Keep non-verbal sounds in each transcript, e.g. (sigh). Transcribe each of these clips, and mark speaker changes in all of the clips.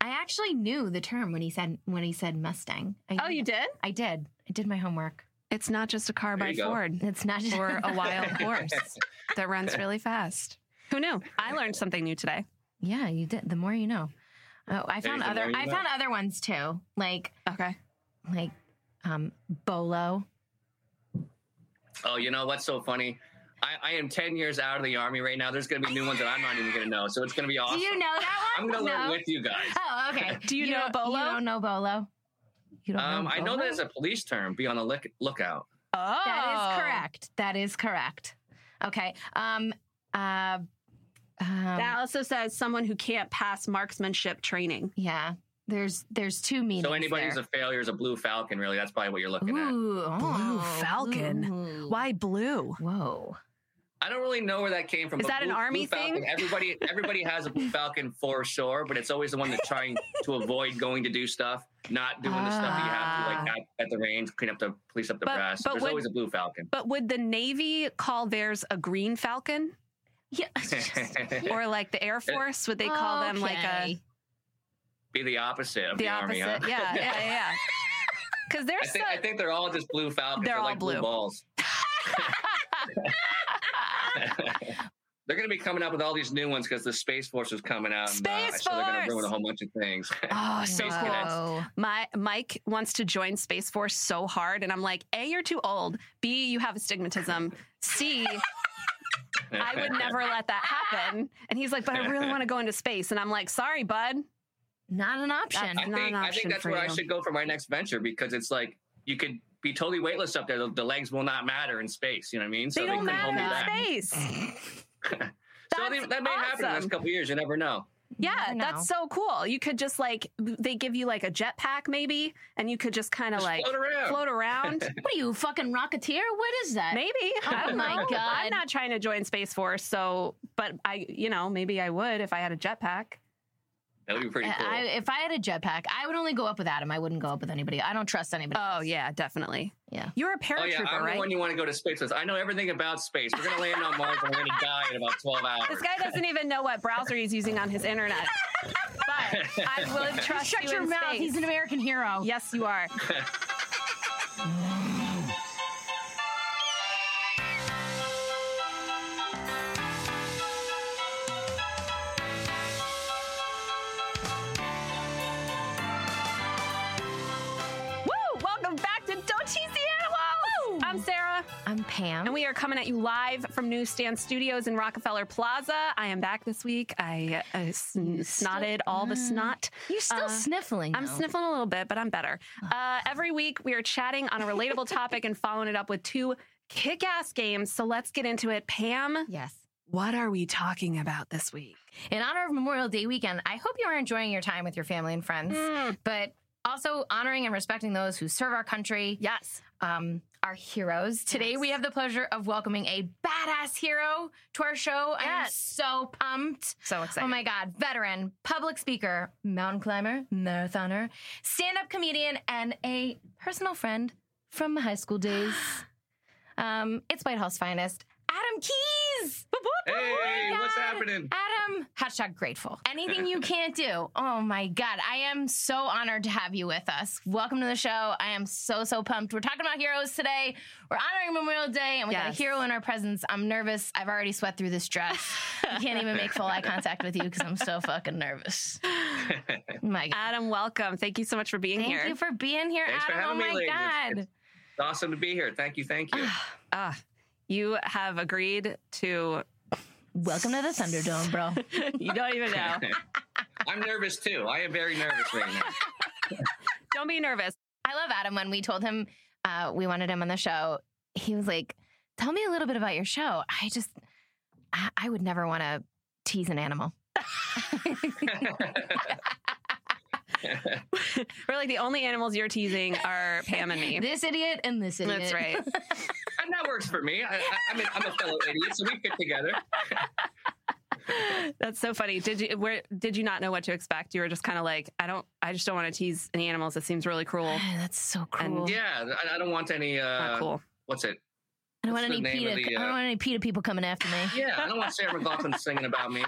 Speaker 1: I actually knew the term when he said when he said Mustang. I
Speaker 2: Oh,
Speaker 1: knew
Speaker 2: you
Speaker 1: it.
Speaker 2: did?
Speaker 1: I did. I did my homework.
Speaker 3: It's not just a car
Speaker 4: There
Speaker 3: by
Speaker 4: you go.
Speaker 3: Ford
Speaker 1: It's not just
Speaker 4: (laughs)
Speaker 3: or
Speaker 1: (laughs)
Speaker 3: a wild horse that runs really fast. Who knew? I learned something new today.
Speaker 1: Yeah, you did. The more you know. Oh, I
Speaker 4: Hey,
Speaker 1: found
Speaker 4: the
Speaker 1: other
Speaker 4: more you
Speaker 1: I
Speaker 4: know.
Speaker 1: found other ones too. Like
Speaker 3: Okay.
Speaker 1: like um Bolo.
Speaker 4: Oh, you know what's so funny? I, I am 10 years out of the army right now. There's going to be new ones that I'm not even going to know. So it's going to be awesome.
Speaker 1: Do you know that
Speaker 4: I'm
Speaker 1: one?
Speaker 4: going to learn
Speaker 1: no.
Speaker 4: with you guys.
Speaker 1: Oh, okay.
Speaker 3: (laughs) Do you know
Speaker 1: don't-
Speaker 3: Bolo?
Speaker 1: You don't know Bolo. You (laughs) don't
Speaker 4: Um,
Speaker 1: know
Speaker 4: I know
Speaker 1: Bolo?
Speaker 4: that it's a police term. Be on the look, lookout.
Speaker 3: Oh,
Speaker 1: That is correct. That is correct. Okay. Um uh um,
Speaker 3: That also says someone who can't pass marksmanship training.
Speaker 1: yeah. There's there's two meanings.
Speaker 4: So anybody who's
Speaker 1: there.
Speaker 4: a failure is a blue falcon. Really, that's probably what you're looking at.
Speaker 1: Ooh,
Speaker 3: Blue
Speaker 1: oh,
Speaker 3: Falcon.
Speaker 1: ooh.
Speaker 3: Why blue?
Speaker 1: Whoa.
Speaker 4: I don't really know where that came from.
Speaker 3: Is
Speaker 4: but
Speaker 3: that an
Speaker 4: blue-
Speaker 3: army
Speaker 4: blue falcon,
Speaker 3: thing?
Speaker 4: Everybody, everybody has a blue falcon for sure, but it's always the one that's trying to avoid going to do stuff, not doing the stuff that you have to like at, at the range, clean up the police up the
Speaker 3: But-
Speaker 4: brass.
Speaker 3: but
Speaker 4: There's
Speaker 3: when-
Speaker 4: always a
Speaker 3: (laughs)
Speaker 4: blue falcon. (laughs)
Speaker 3: But would the Navy call theirs a green falcon?
Speaker 1: Yeah. it's just-
Speaker 3: Or like the Air Force, would they call them like a
Speaker 1: Okay.
Speaker 4: Be the opposite of the,
Speaker 3: the
Speaker 4: army.
Speaker 3: opposite?
Speaker 4: Huh?
Speaker 3: Yeah, yeah, yeah, yeah. Because
Speaker 4: (laughs) I
Speaker 3: there's
Speaker 4: think, I think they're all just blue falcons.
Speaker 3: They're all
Speaker 4: like blue.
Speaker 3: blue.
Speaker 4: balls. they're going to be coming up with all these new ones because the space force is coming out. and, uh,
Speaker 3: Space
Speaker 4: So they're going
Speaker 3: Force!
Speaker 4: to ruin a whole bunch of things.
Speaker 3: oh, (laughs) so
Speaker 4: Space
Speaker 3: cool.
Speaker 4: cadets.
Speaker 1: Whoa.
Speaker 3: My Mike wants to join Space Force so hard, and I'm like, A, you're too old. B, you have astigmatism. C,
Speaker 4: (laughs)
Speaker 3: I would never let that happen. And he's like, but I really want to go into space. And I'm like, sorry, bud.
Speaker 1: Not an option.
Speaker 4: I
Speaker 3: not an
Speaker 4: think, I
Speaker 3: option
Speaker 4: think that's
Speaker 3: for
Speaker 4: where I
Speaker 3: you.
Speaker 4: should go for my next venture because it's like you could be totally weightless up there. The, the legs will not matter in space. You know what I mean?
Speaker 3: They don't
Speaker 4: couldn't hold
Speaker 3: matter
Speaker 4: me
Speaker 3: in
Speaker 4: back.
Speaker 3: space.
Speaker 4: (laughs) So they-
Speaker 3: That's
Speaker 4: that may happen in the
Speaker 3: awesome.
Speaker 4: next couple years. You never know.
Speaker 1: You
Speaker 3: Yeah,
Speaker 1: never know.
Speaker 3: that's so cool. You could just like they give you like a jetpack maybe, and you could just kind of
Speaker 4: Just
Speaker 3: like
Speaker 4: float around.
Speaker 3: float around.
Speaker 4: (laughs)
Speaker 1: What are you, a fucking rocketeer? What is that?
Speaker 3: maybe. I don't
Speaker 1: Oh my
Speaker 3: know.
Speaker 1: God.
Speaker 3: I'm not trying to join Space Force, so but I, you know, maybe I would if I had a jetpack.
Speaker 4: That would be pretty
Speaker 1: I-
Speaker 4: cool.
Speaker 1: I, if I had a jetpack, I would only go up with Adam. I wouldn't go up with anybody. I don't trust anybody.
Speaker 3: Oh
Speaker 1: else.
Speaker 3: yeah, definitely.
Speaker 1: Yeah.
Speaker 3: you're a
Speaker 4: oh yeah,
Speaker 3: paratrooper,
Speaker 4: I'm the
Speaker 3: right?
Speaker 4: one you want to go to space with. I know everything about space. We're gonna land on Mars and we're gonna die in about 12 hours.
Speaker 3: (laughs) This guy doesn't even know what browser he's using on his internet. But
Speaker 4: (laughs)
Speaker 3: I will trust
Speaker 1: Shut
Speaker 3: you
Speaker 1: your
Speaker 3: in
Speaker 1: mouth.
Speaker 3: space.
Speaker 1: He's an American hero.
Speaker 3: yes, you are. Woo! Welcome back to Don't Cheese the Animals. I'm Sarah,
Speaker 1: I'm Pam.
Speaker 3: and we are coming at you live from Newsstand Studios in Rockefeller Plaza. I am back this week. I uh, sn- snotted all
Speaker 1: Mm.
Speaker 3: the snot.
Speaker 1: You're still
Speaker 3: uh,
Speaker 1: sniffling.
Speaker 3: I'm
Speaker 1: though.
Speaker 3: sniffling a little bit, but I'm better. Uh, every week, we are chatting on
Speaker 1: (laughs)
Speaker 3: a relatable topic and following it up with two kick ass games. So let's get into it. Pam,
Speaker 1: Yes.
Speaker 3: what are we talking about this week?
Speaker 1: In honor of Memorial Day weekend, I hope you are enjoying your time with your family and friends,
Speaker 3: Mm.
Speaker 1: but also honoring and respecting those who serve our country,
Speaker 3: Yes.
Speaker 1: um, our heroes. Today,
Speaker 3: Yes.
Speaker 1: we have the pleasure of welcoming a badass hero to our show. I'm
Speaker 3: Yes.
Speaker 1: so pumped.
Speaker 3: So excited.
Speaker 1: Oh my God, veteran, public speaker, mountain climber, marathoner, stand up comedian, and a personal friend from my high school
Speaker 3: (gasps)
Speaker 1: days. Um, it's White House Finest, Adam Keys.
Speaker 3: Oh
Speaker 1: Oh
Speaker 4: Hey,
Speaker 1: my
Speaker 4: what's
Speaker 1: God.
Speaker 4: happening?
Speaker 1: Adam, hashtag grateful. Anything
Speaker 4: (laughs)
Speaker 1: you can't do. Oh my God. I am so honored to have you with us. Welcome to the show. I am so, so pumped. We're talking about heroes today. We're honoring Memorial Day and we got a
Speaker 3: Yes.
Speaker 1: hero in our presence. I'm nervous. I've already sweat through this dress. I can't even make full eye contact with you because I'm so fucking
Speaker 4: (laughs)
Speaker 1: nervous. My God.
Speaker 3: Adam, welcome. Thank you so much for being
Speaker 1: Thank
Speaker 3: here.
Speaker 1: you for being here,
Speaker 4: Thanks for
Speaker 1: Adam.
Speaker 4: having
Speaker 1: oh
Speaker 4: me,
Speaker 1: my
Speaker 4: ladies.
Speaker 1: God.
Speaker 4: It's- It's awesome to be here. Thank you. Thank
Speaker 5: (sighs)
Speaker 4: you.
Speaker 3: Ah, you have agreed to, (laughs)
Speaker 1: Welcome to the Thunderdome, bro.
Speaker 3: you don't even
Speaker 1: (laughs)
Speaker 3: know.
Speaker 4: (laughs) I'm nervous too. I am very nervous right now. (laughs)
Speaker 3: don't be nervous.
Speaker 1: I love Adam when we told him uh, we wanted him on the show. He was like, "Tell me a little bit about your show." I just, I, I would never want to tease an animal.
Speaker 3: We're like the only animals you're teasing (laughs) are Pam and me.
Speaker 1: This idiot and this idiot. (laughs)
Speaker 3: That's right.
Speaker 4: and that works for me. I, I, I mean, I'm a fellow idiot, so we fit together.
Speaker 3: (laughs) That's so funny. Did you where did you not know what to expect? You were just kind of like, I don't I just don't want to tease any animals. That seems really cruel.
Speaker 1: Ah, That's so cruel.
Speaker 4: Yeah, I, I don't want any.
Speaker 3: Not
Speaker 4: Uh,
Speaker 3: cool.
Speaker 4: What's it?
Speaker 1: I don't want
Speaker 4: What's
Speaker 1: any
Speaker 4: the name
Speaker 1: PETA.
Speaker 4: of the,
Speaker 1: I don't
Speaker 4: uh,
Speaker 1: want any PETA
Speaker 4: (laughs)
Speaker 1: people coming after me.
Speaker 4: Yeah, I don't want Sarah McLaughlin singing about me.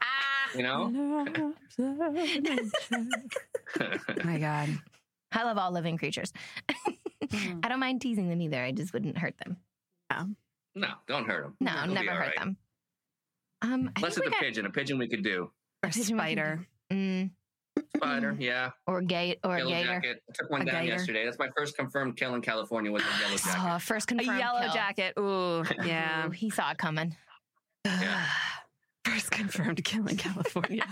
Speaker 1: Ah,
Speaker 4: you know? (laughs)
Speaker 3: (laughs) Oh my God.
Speaker 5: I love all living creatures.
Speaker 4: Hmm.
Speaker 1: (laughs)
Speaker 3: Mm.
Speaker 5: I don't mind teasing them either. I just wouldn't hurt them.
Speaker 4: no, don't hurt them.
Speaker 5: No,
Speaker 4: It'll be
Speaker 5: never
Speaker 4: all
Speaker 5: hurt
Speaker 4: right.
Speaker 5: them. Um, I
Speaker 4: Unless
Speaker 5: think
Speaker 4: it's a
Speaker 5: we
Speaker 4: pigeon. A pigeon we could do.
Speaker 3: Or
Speaker 5: pigeon we can
Speaker 3: spider.
Speaker 5: got, mm,
Speaker 4: Spider, yeah.
Speaker 5: or gate Mm-hmm. or
Speaker 4: yellow
Speaker 5: gator.
Speaker 4: jacket. I took one
Speaker 3: A
Speaker 4: down
Speaker 3: gator.
Speaker 4: yesterday. That's my first confirmed kill in California was a yellow jacket.
Speaker 5: (laughs) Oh, first
Speaker 3: A
Speaker 5: confirmed
Speaker 3: yellow
Speaker 5: kill.
Speaker 3: jacket. (laughs) Ooh, yeah.
Speaker 5: Ooh, he saw it coming.
Speaker 4: Yeah.
Speaker 3: (sighs) First confirmed kill in California.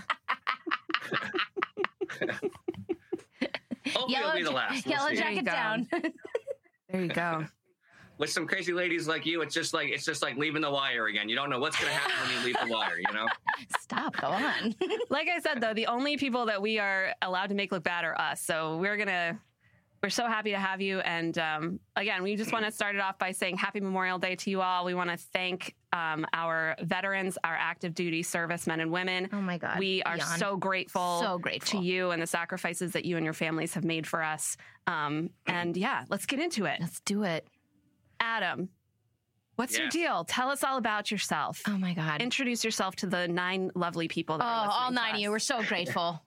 Speaker 4: Hopefully
Speaker 5: Yellow
Speaker 4: it'll be the
Speaker 5: ja-
Speaker 4: last. We'll
Speaker 5: yellow
Speaker 4: see.
Speaker 3: There you
Speaker 5: jacket
Speaker 3: go.
Speaker 5: down. (laughs)
Speaker 3: there you go.
Speaker 4: With some crazy ladies like you, it's just like it's just like leaving the wire again. You don't know what's gonna happen when you leave the wire, you
Speaker 5: (laughs) Oh
Speaker 4: know?
Speaker 5: Stop. Go on.
Speaker 3: Like I said, though, the only people that we are allowed to make look bad are us. So we're gonna. We're so happy to have you. And um, again, we just want to start it off by saying happy Memorial Day to you all. We want to thank um, our veterans, our active duty servicemen and women.
Speaker 5: Oh my god.
Speaker 3: We are
Speaker 5: Yawn.
Speaker 3: so grateful
Speaker 5: so
Speaker 3: to
Speaker 5: grateful.
Speaker 3: you and the sacrifices that you and your families have made for us. Um, and yeah, let's get into it.
Speaker 5: Let's do it.
Speaker 3: Adam, what's your
Speaker 4: Yes.
Speaker 3: deal? Tell us all about yourself.
Speaker 5: Oh my god.
Speaker 3: Introduce yourself to the nine lovely people
Speaker 5: oh,
Speaker 3: that are
Speaker 5: all
Speaker 3: listening to
Speaker 5: nine of you.
Speaker 3: us.
Speaker 5: We're so grateful.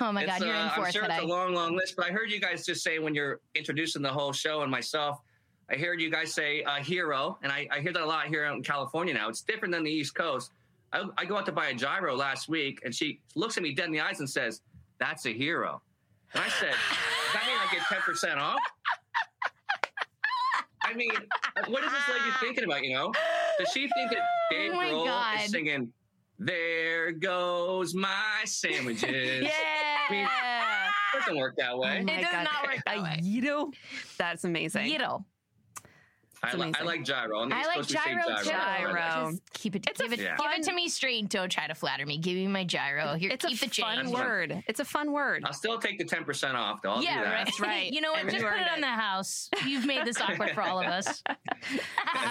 Speaker 5: Oh my
Speaker 4: It's,
Speaker 5: god, you're in
Speaker 4: uh,
Speaker 5: for
Speaker 4: I'm
Speaker 5: it
Speaker 4: sure
Speaker 5: today.
Speaker 4: it's a long, long list, but I heard you guys just say when you're introducing the whole show and myself, I heard you guys say uh, hero, and I, I hear that a lot here out in California now. It's different than the East Coast. I, I go out to buy a gyro last week, and she looks at me dead in the eyes and says, "That's a hero." And I said, "Does that mean I get ten percent off?" I mean, what is this lady thinking about? You know,
Speaker 5: (laughs)
Speaker 4: does she think that Dave
Speaker 5: Oh my
Speaker 4: Grohl
Speaker 5: God.
Speaker 4: is singing? There goes my
Speaker 5: (laughs)
Speaker 4: sandwiches. mean,
Speaker 3: Yeah.
Speaker 4: It doesn't work that way.
Speaker 5: It does not work that
Speaker 3: Oh A
Speaker 5: way.
Speaker 3: Yido. That's amazing.
Speaker 5: Yiddle.
Speaker 4: I, li- I
Speaker 3: amazing.
Speaker 4: like gyro. On the
Speaker 5: I
Speaker 4: East
Speaker 5: like
Speaker 4: Coast, we say
Speaker 5: gyro too.
Speaker 3: Gyro.
Speaker 5: Just keep it.
Speaker 3: It's a
Speaker 5: give, it give
Speaker 3: fun-
Speaker 5: it to me straight. Don't try to flatter me. Give me my gyro. Here,
Speaker 3: It's
Speaker 5: keep
Speaker 3: a
Speaker 5: the
Speaker 3: fun
Speaker 5: change.
Speaker 3: word. It's a fun (laughs) word.
Speaker 4: I'll still take the ten percent off. Though. I'll
Speaker 5: yeah,
Speaker 4: do that.
Speaker 5: right.
Speaker 3: That's right.
Speaker 5: you know what?
Speaker 3: And
Speaker 5: Just
Speaker 3: you
Speaker 5: put
Speaker 3: earned
Speaker 5: it on
Speaker 3: it.
Speaker 5: the house. You've made this awkward for all of (laughs) us.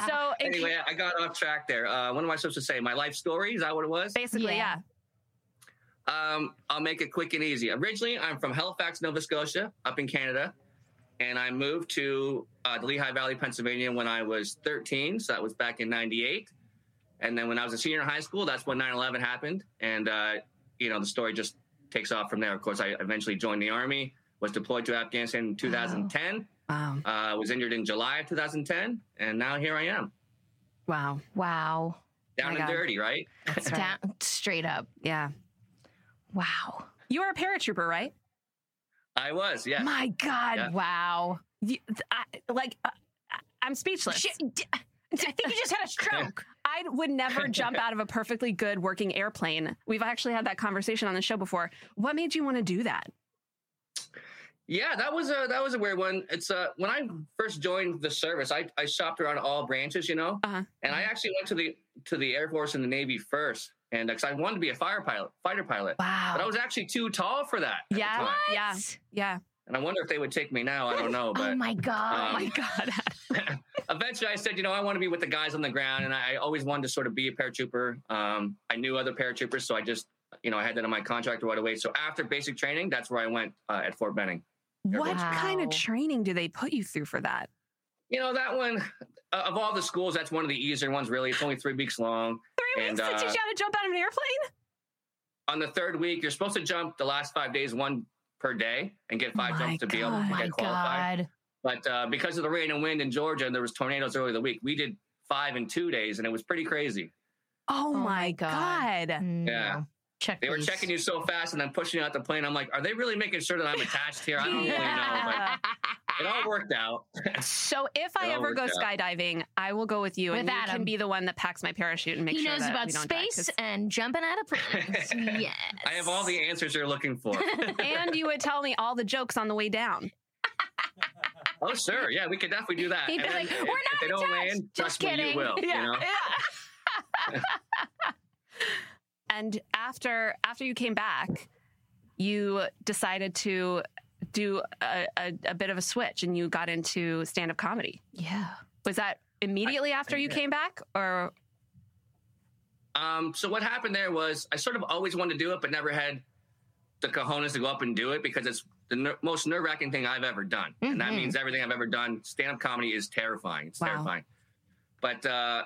Speaker 3: So in
Speaker 4: Anyway, I got off track there. Uh, what am I supposed to say? My life story? Is that what it was?
Speaker 3: basically, yeah.
Speaker 5: Yeah.
Speaker 4: Um, I'll make it quick and easy. Originally, I'm from Halifax, Nova Scotia, up in Canada, and I moved to uh, the Lehigh Valley, Pennsylvania, when I was 13. So that was back in '98. And then when I was a senior in high school, that's when 9/11 happened, and uh, you know the story just takes off from there. Of course, I eventually joined the army, was deployed to Afghanistan in 2010,
Speaker 3: Wow.
Speaker 4: uh, was injured in July of 2010, and now here I am,
Speaker 3: Wow.
Speaker 5: Wow.
Speaker 4: down
Speaker 3: My
Speaker 4: and
Speaker 3: God.
Speaker 4: dirty, right?
Speaker 3: That's right.
Speaker 5: Down, straight up.
Speaker 3: Yeah.
Speaker 5: Wow.
Speaker 3: You were a paratrooper, right?
Speaker 4: I was, yeah.
Speaker 3: My God.
Speaker 4: Yeah.
Speaker 5: Wow.
Speaker 3: You, th- I, like, uh, I- I'm speechless.
Speaker 5: Shit, d- I think you just had a (laughs) stroke.
Speaker 3: (laughs) I would (laughs) never jump out of a perfectly good working airplane. We've actually had that conversation on the show before. What made you want to do that?
Speaker 4: Yeah, that was a that was a weird one. It's uh when I first joined the service, I, I shopped around all branches, you know,
Speaker 3: Uh-huh.
Speaker 4: and I actually went to the to the Air Force and the Navy first, and because I wanted to be a fire pilot, fighter pilot,
Speaker 3: Wow.
Speaker 4: but I was actually too tall for that. at the
Speaker 3: yeah.
Speaker 4: time.
Speaker 3: Yeah. Yeah.
Speaker 4: and I wonder if they would take me now. I
Speaker 3: (laughs)
Speaker 4: don't know, but
Speaker 5: oh my
Speaker 4: um,
Speaker 5: god.
Speaker 3: My (laughs) God.
Speaker 4: eventually I said, you know, I want to be with the guys on the ground, and I I always wanted to sort of be a paratrooper. Um, I knew other paratroopers, so I just you know I had that in my contract right away. So after basic training, that's where I went uh, at Fort Benning.
Speaker 3: What kind of
Speaker 5: Wow.
Speaker 3: training do they put you through for that?
Speaker 4: You know that one uh, of all the schools, that's one of the easier ones. Really, it's only three weeks long.
Speaker 3: Three
Speaker 4: And,
Speaker 3: weeks to teach you
Speaker 4: uh,
Speaker 3: how to jump out of an airplane?
Speaker 4: On the third week, you're supposed to jump the last five days, one per day, and get five
Speaker 3: My
Speaker 4: jumps to be able
Speaker 3: God.
Speaker 4: to
Speaker 5: oh my
Speaker 4: get qualified.
Speaker 5: god.
Speaker 4: But uh, because of the rain and wind in Georgia, and there was tornadoes earlier the week, we did five in two days, and it was pretty crazy.
Speaker 3: Oh,
Speaker 5: my
Speaker 3: my
Speaker 5: God.
Speaker 3: God.
Speaker 4: (laughs) Yeah.
Speaker 5: No. Mm, Check.
Speaker 4: They were
Speaker 5: please.
Speaker 4: checking you so fast and then pushing you out the plane. I'm like, are they really making sure that I'm attached here? I don't really know.
Speaker 3: Yeah.
Speaker 4: But it all worked out.
Speaker 3: So if I
Speaker 4: It all
Speaker 3: ever go
Speaker 4: worked
Speaker 3: skydiving, I will go with you, and
Speaker 5: With
Speaker 3: you can
Speaker 5: Adam.
Speaker 3: be the one that packs my parachute and make
Speaker 5: He
Speaker 3: sure
Speaker 5: knows
Speaker 3: that
Speaker 5: about
Speaker 3: we don't die, (laughs)
Speaker 5: space and jumping out of
Speaker 4: (laughs)
Speaker 5: planes. yes.
Speaker 4: I have all the answers you're looking
Speaker 5: (laughs)
Speaker 4: for.
Speaker 3: 'cause- and you would tell me all the jokes on the way down.
Speaker 4: oh, sure. Yeah, we could definitely do that.
Speaker 5: He'd
Speaker 4: And
Speaker 5: be
Speaker 4: then
Speaker 5: like,
Speaker 4: if-
Speaker 5: "We're
Speaker 4: if
Speaker 5: not
Speaker 4: they don't
Speaker 5: attached."
Speaker 4: land,
Speaker 5: Just
Speaker 4: trust me,
Speaker 5: kidding.
Speaker 4: you will. Oh, You know?
Speaker 3: yeah. (laughs) and after after you came back, you decided to do a, a, a bit of a switch, and you got into stand up comedy.
Speaker 5: Yeah.
Speaker 3: Was that immediately after you
Speaker 4: did.
Speaker 3: came back, or
Speaker 4: Um, so what happened there was I sort of always wanted to do it, but never had the cojones to go up and do it because it's the ner- most nerve wracking thing I've ever done, and that
Speaker 5: Mhm.
Speaker 4: means everything I've ever done. Stand up comedy is terrifying. It's
Speaker 3: Wow.
Speaker 4: terrifying. But uh,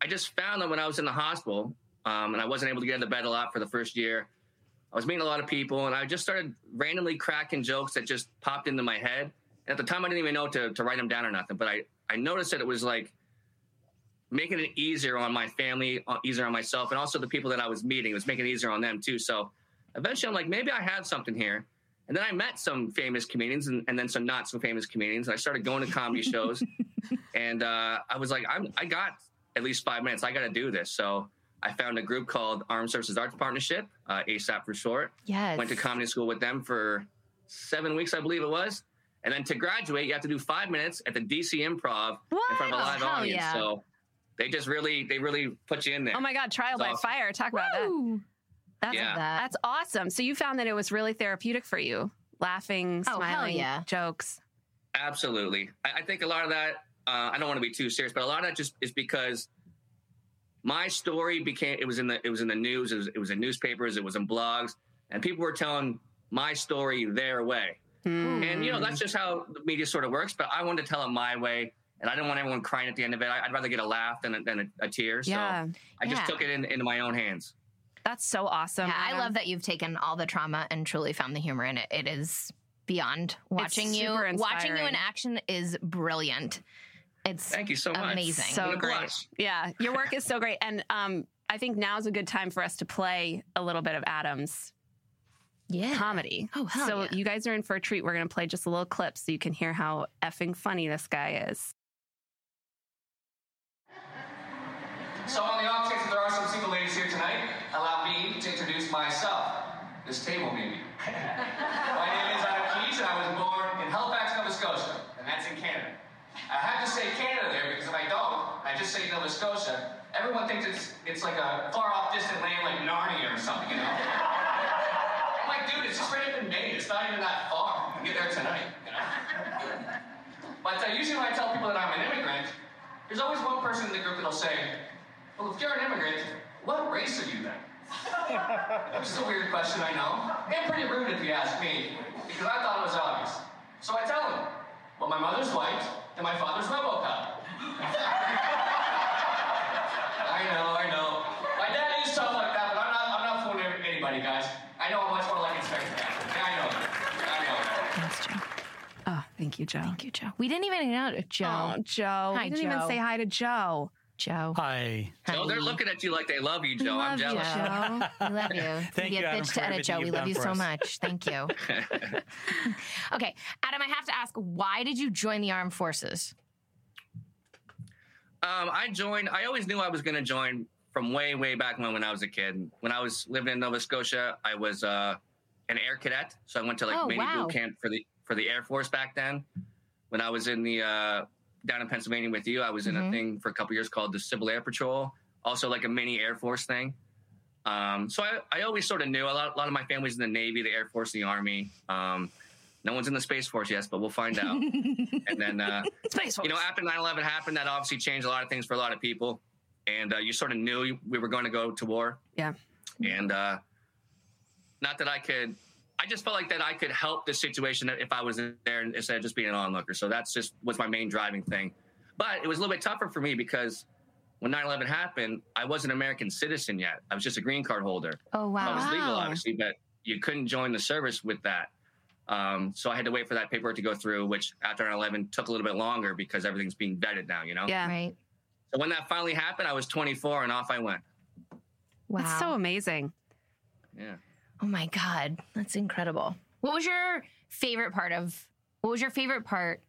Speaker 4: I just found that when I was in the hospital, Um, and I wasn't able to get out of bed a lot for the first year. I was meeting a lot of people, and I just started randomly cracking jokes that just popped into my head. And at the time, I didn't even know to, to write them down or nothing, but I, I noticed that it was like making it easier on my family, uh, easier on myself, and also the people that I was meeting. It was making it easier on them too. So eventually, I'm like, maybe I have something here. And then I met some famous comedians and, and then some not so famous comedians. And I started going to comedy
Speaker 3: (laughs)
Speaker 4: shows. and uh, I was like, I'm, I got at least five minutes. I got to do this. So I found a group called Armed Services Arts Partnership, uh, ASAP for short.
Speaker 5: Yes.
Speaker 4: Went to comedy school with them for seven weeks, I believe it was. And then to graduate, you have to do five minutes at the DC Improv in front of a
Speaker 5: Wow.
Speaker 4: live
Speaker 3: Hell
Speaker 4: audience.
Speaker 3: yeah.
Speaker 4: So they just really, they really put you in there.
Speaker 3: Oh my God, trial by
Speaker 4: That's awesome.
Speaker 3: fire. Talk about that.
Speaker 5: Woo.
Speaker 3: That's,
Speaker 4: Yeah.
Speaker 5: That.
Speaker 3: that's awesome. So you found that it was really therapeutic for you, laughing,
Speaker 5: Oh, hell
Speaker 3: smiling,
Speaker 5: yeah.
Speaker 3: jokes.
Speaker 4: Absolutely. I, I think a lot of that, uh, I don't want to be too serious, but a lot of that just is because my story became, it was in the, it was in the news, it was, it was in newspapers, it was in blogs, and people were telling my story their way. And, you know,
Speaker 5: Mm.
Speaker 4: that's just how the media sort of works, but I wanted to tell it my way. And I didn't want everyone crying at the end of it. I, would rather get a laugh than a, than a, a tear. So
Speaker 3: yeah,
Speaker 4: I just
Speaker 5: Yeah.
Speaker 4: took it in, into my own hands.
Speaker 3: that's so awesome.
Speaker 5: Yeah, I
Speaker 3: Adam.
Speaker 5: love that you've taken all the trauma and truly found the humor in it. It is beyond watching you.
Speaker 3: super
Speaker 5: Watching you in
Speaker 3: inspiring.
Speaker 5: action is brilliant. It's
Speaker 4: Thank you so much.
Speaker 5: Amazing.
Speaker 4: I'm
Speaker 3: So
Speaker 4: gonna
Speaker 3: great.
Speaker 4: blush.
Speaker 3: Yeah, your work is so great. And um, I think now's a good time for us to play a little bit of Adam's
Speaker 5: yeah.
Speaker 3: comedy.
Speaker 5: Oh, hell
Speaker 3: So
Speaker 5: yeah.
Speaker 3: you guys are in for a treat. We're going to play just a little clip so you can hear how effing funny this guy is.
Speaker 4: So, on the off chance that there are some single ladies here tonight, allow me to introduce myself. This table, maybe. My name is Adam Keyes, and I was born in Halifax, Nova Scotia, and that's in Canada. I have to say Canada there because if I don't, and I just say Nova Scotia, everyone thinks it's, it's like a far off distant land like Narnia or something, you know? (laughs) I'm like, dude, it's just right up in Maine. It's not even that far. You can get there tonight, you know? But uh, usually when I tell people that I'm an immigrant, there's always one person in the group that'll say, Well, if you're an immigrant, what race are you then? (laughs) Which is a weird question, I know, and pretty rude if you ask me, because I thought it was obvious. So I tell them, Well, my mother's white, and my father's Robocop. (laughs) I know, I know. My dad is tough like that, but I'm not, I'm not fooling anybody, guys. I know I'm much more like Inspector Gadget. Yeah, I know. I know.
Speaker 5: Thanks, Joe.
Speaker 3: Oh, thank you, Joe.
Speaker 5: Thank you, Joe. We didn't even acknowledge Joe.
Speaker 3: Oh, Joe.
Speaker 5: Hi,
Speaker 3: we didn't
Speaker 5: Joe.
Speaker 3: even say hi to Joe.
Speaker 5: Joe.
Speaker 1: Hi.
Speaker 4: Joe, they're
Speaker 5: Hi.
Speaker 4: looking at you like they love you,
Speaker 5: We
Speaker 4: Joe. I'm
Speaker 5: love
Speaker 4: jealous.
Speaker 5: you, Joe. Oh, We
Speaker 1: (laughs)
Speaker 5: love you.
Speaker 1: Thank
Speaker 5: Be
Speaker 1: you,
Speaker 5: a
Speaker 1: Adam,
Speaker 5: bitch
Speaker 1: for
Speaker 5: to edit,
Speaker 1: everything
Speaker 5: Joe. We
Speaker 1: you've
Speaker 5: love
Speaker 1: done
Speaker 5: you
Speaker 1: for
Speaker 5: so
Speaker 1: us.
Speaker 5: much.
Speaker 1: (laughs)
Speaker 5: Thank you. okay, Adam, I have to ask, why did you join the armed forces?
Speaker 4: Um, I joined. I always knew I was going to join from way, way back when when I was a kid. When I was living in Nova Scotia, I was uh, an air cadet, so I went to like
Speaker 5: Oh,
Speaker 4: mini
Speaker 5: wow.
Speaker 4: boot camp for the for the Air Force back then. When I was in the uh, down in Pennsylvania with you, I was in
Speaker 5: Mhm.
Speaker 4: a thing for a couple years called the Civil Air Patrol, also like a mini Air Force thing. Um, so I, I always sort of knew a lot, a lot of my family's in the Navy, the Air Force, the Army. Um, no one's in the Space Force yet, but we'll find
Speaker 5: (laughs)
Speaker 4: out. and then uh,
Speaker 3: Space
Speaker 4: you know, after 9 11 happened, that obviously changed a lot of things for a lot of people. And uh, you sort of knew we were going to go to war.
Speaker 3: Yeah.
Speaker 4: And uh, not that I could, I just felt like that I could help the situation if I was in there instead of just being an onlooker. So that's just was my main driving thing. But it was a little bit tougher for me because when 9 11 happened, I wasn't an American citizen yet. I was just a green card holder.
Speaker 5: Oh, wow.
Speaker 4: I was legal,
Speaker 3: Wow.
Speaker 4: obviously, but you couldn't join the service with that. Um, so I had to wait for that paperwork to go through, which after 11 took a little bit longer because everything's being vetted now, you know?
Speaker 3: yeah.
Speaker 5: Right.
Speaker 4: So when that finally happened, I was 24 and off I went.
Speaker 5: Wow.
Speaker 3: That's so amazing.
Speaker 4: Yeah.
Speaker 5: Oh my God, that's incredible. What was your favorite part of what was your favorite part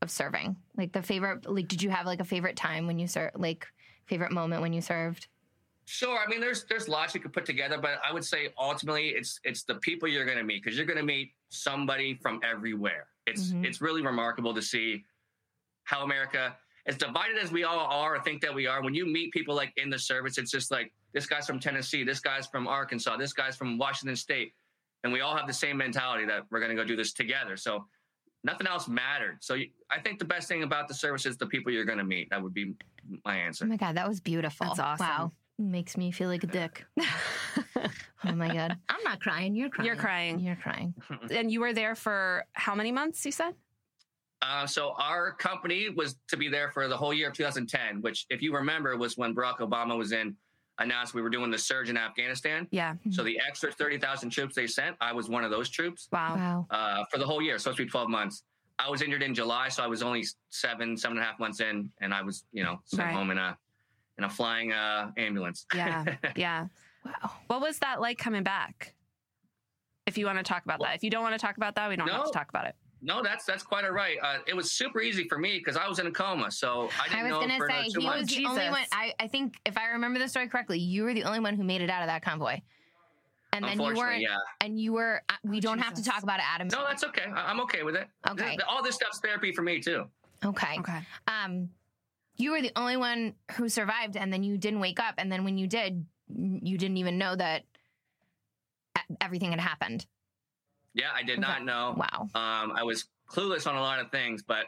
Speaker 5: of serving? Like the favorite like did you have like a favorite time when you served like favorite moment when you served?
Speaker 4: Sure. I mean, there's there's lots you could put together, but I would say ultimately it's it's the people you're going to meet because you're going to meet somebody from everywhere. It's
Speaker 5: Mhm.
Speaker 4: it's really remarkable to see how America, as divided as we all are or think that we are, when you meet people like in the service, it's just like this guy's from Tennessee, this guy's from Arkansas, this guy's from Washington State, and we all have the same mentality that we're going to go do this together. So nothing else mattered. So you, I think the best thing about the service is the people you're going to meet. That would be my answer.
Speaker 5: Oh my God, that was beautiful.
Speaker 3: That's awesome.
Speaker 5: Wow. Makes me feel like
Speaker 1: (laughs)
Speaker 5: a dick. oh my God. I'm not crying. You're crying.
Speaker 3: You're crying.
Speaker 5: You're crying.
Speaker 3: And you were there for how many months, you said?
Speaker 4: Uh, so our company was to be there for the whole year of 2010, which, if you remember, was when Barack Obama was in. announced we were doing the surge in Afghanistan.
Speaker 3: Yeah.
Speaker 4: So
Speaker 1: Mm-hmm.
Speaker 4: the extra 30,000 troops they sent, I was one of those troops
Speaker 3: Wow.
Speaker 1: Wow.
Speaker 4: uh, for the whole year. So it's supposed to be 12 months. I was injured in July, so I was only seven, seven and a half months in, and I was, you know, sent
Speaker 3: Right.
Speaker 4: home in a in a flying uh, ambulance.
Speaker 1: (laughs)
Speaker 3: Yeah. Yeah.
Speaker 1: Wow.
Speaker 3: What was that like coming back? If you want to talk about that, if you don't want to talk about that, we don't have
Speaker 4: No.
Speaker 3: to talk about it.
Speaker 4: No, that's that's quite all right. Uh, it was super easy for me because I was in a coma, so I
Speaker 1: I
Speaker 4: didn't
Speaker 1: was
Speaker 4: know
Speaker 1: gonna
Speaker 4: for
Speaker 1: say
Speaker 4: another two
Speaker 1: he
Speaker 4: months.
Speaker 1: was the only
Speaker 3: Jesus.
Speaker 1: one. I, I think if I remember the story correctly, you were the only one who made it out of that convoy, and then you
Speaker 4: Unfortunately,
Speaker 1: weren't.
Speaker 4: yeah.
Speaker 1: And you were. uh, We
Speaker 3: Oh,
Speaker 1: don't have to
Speaker 3: Jesus.
Speaker 1: talk about it, Adam.
Speaker 4: No, that's okay. I- I'm okay with it.
Speaker 1: Okay.
Speaker 4: All this stuff's therapy for me too.
Speaker 1: okay.
Speaker 3: Okay.
Speaker 1: Um, you were the only one who survived, and then you didn't wake up, and then when you did, you didn't even know that e- everything had happened.
Speaker 4: Yeah, I did
Speaker 1: Okay.
Speaker 4: not know.
Speaker 1: Wow.
Speaker 4: Um, I was clueless on a lot of things, but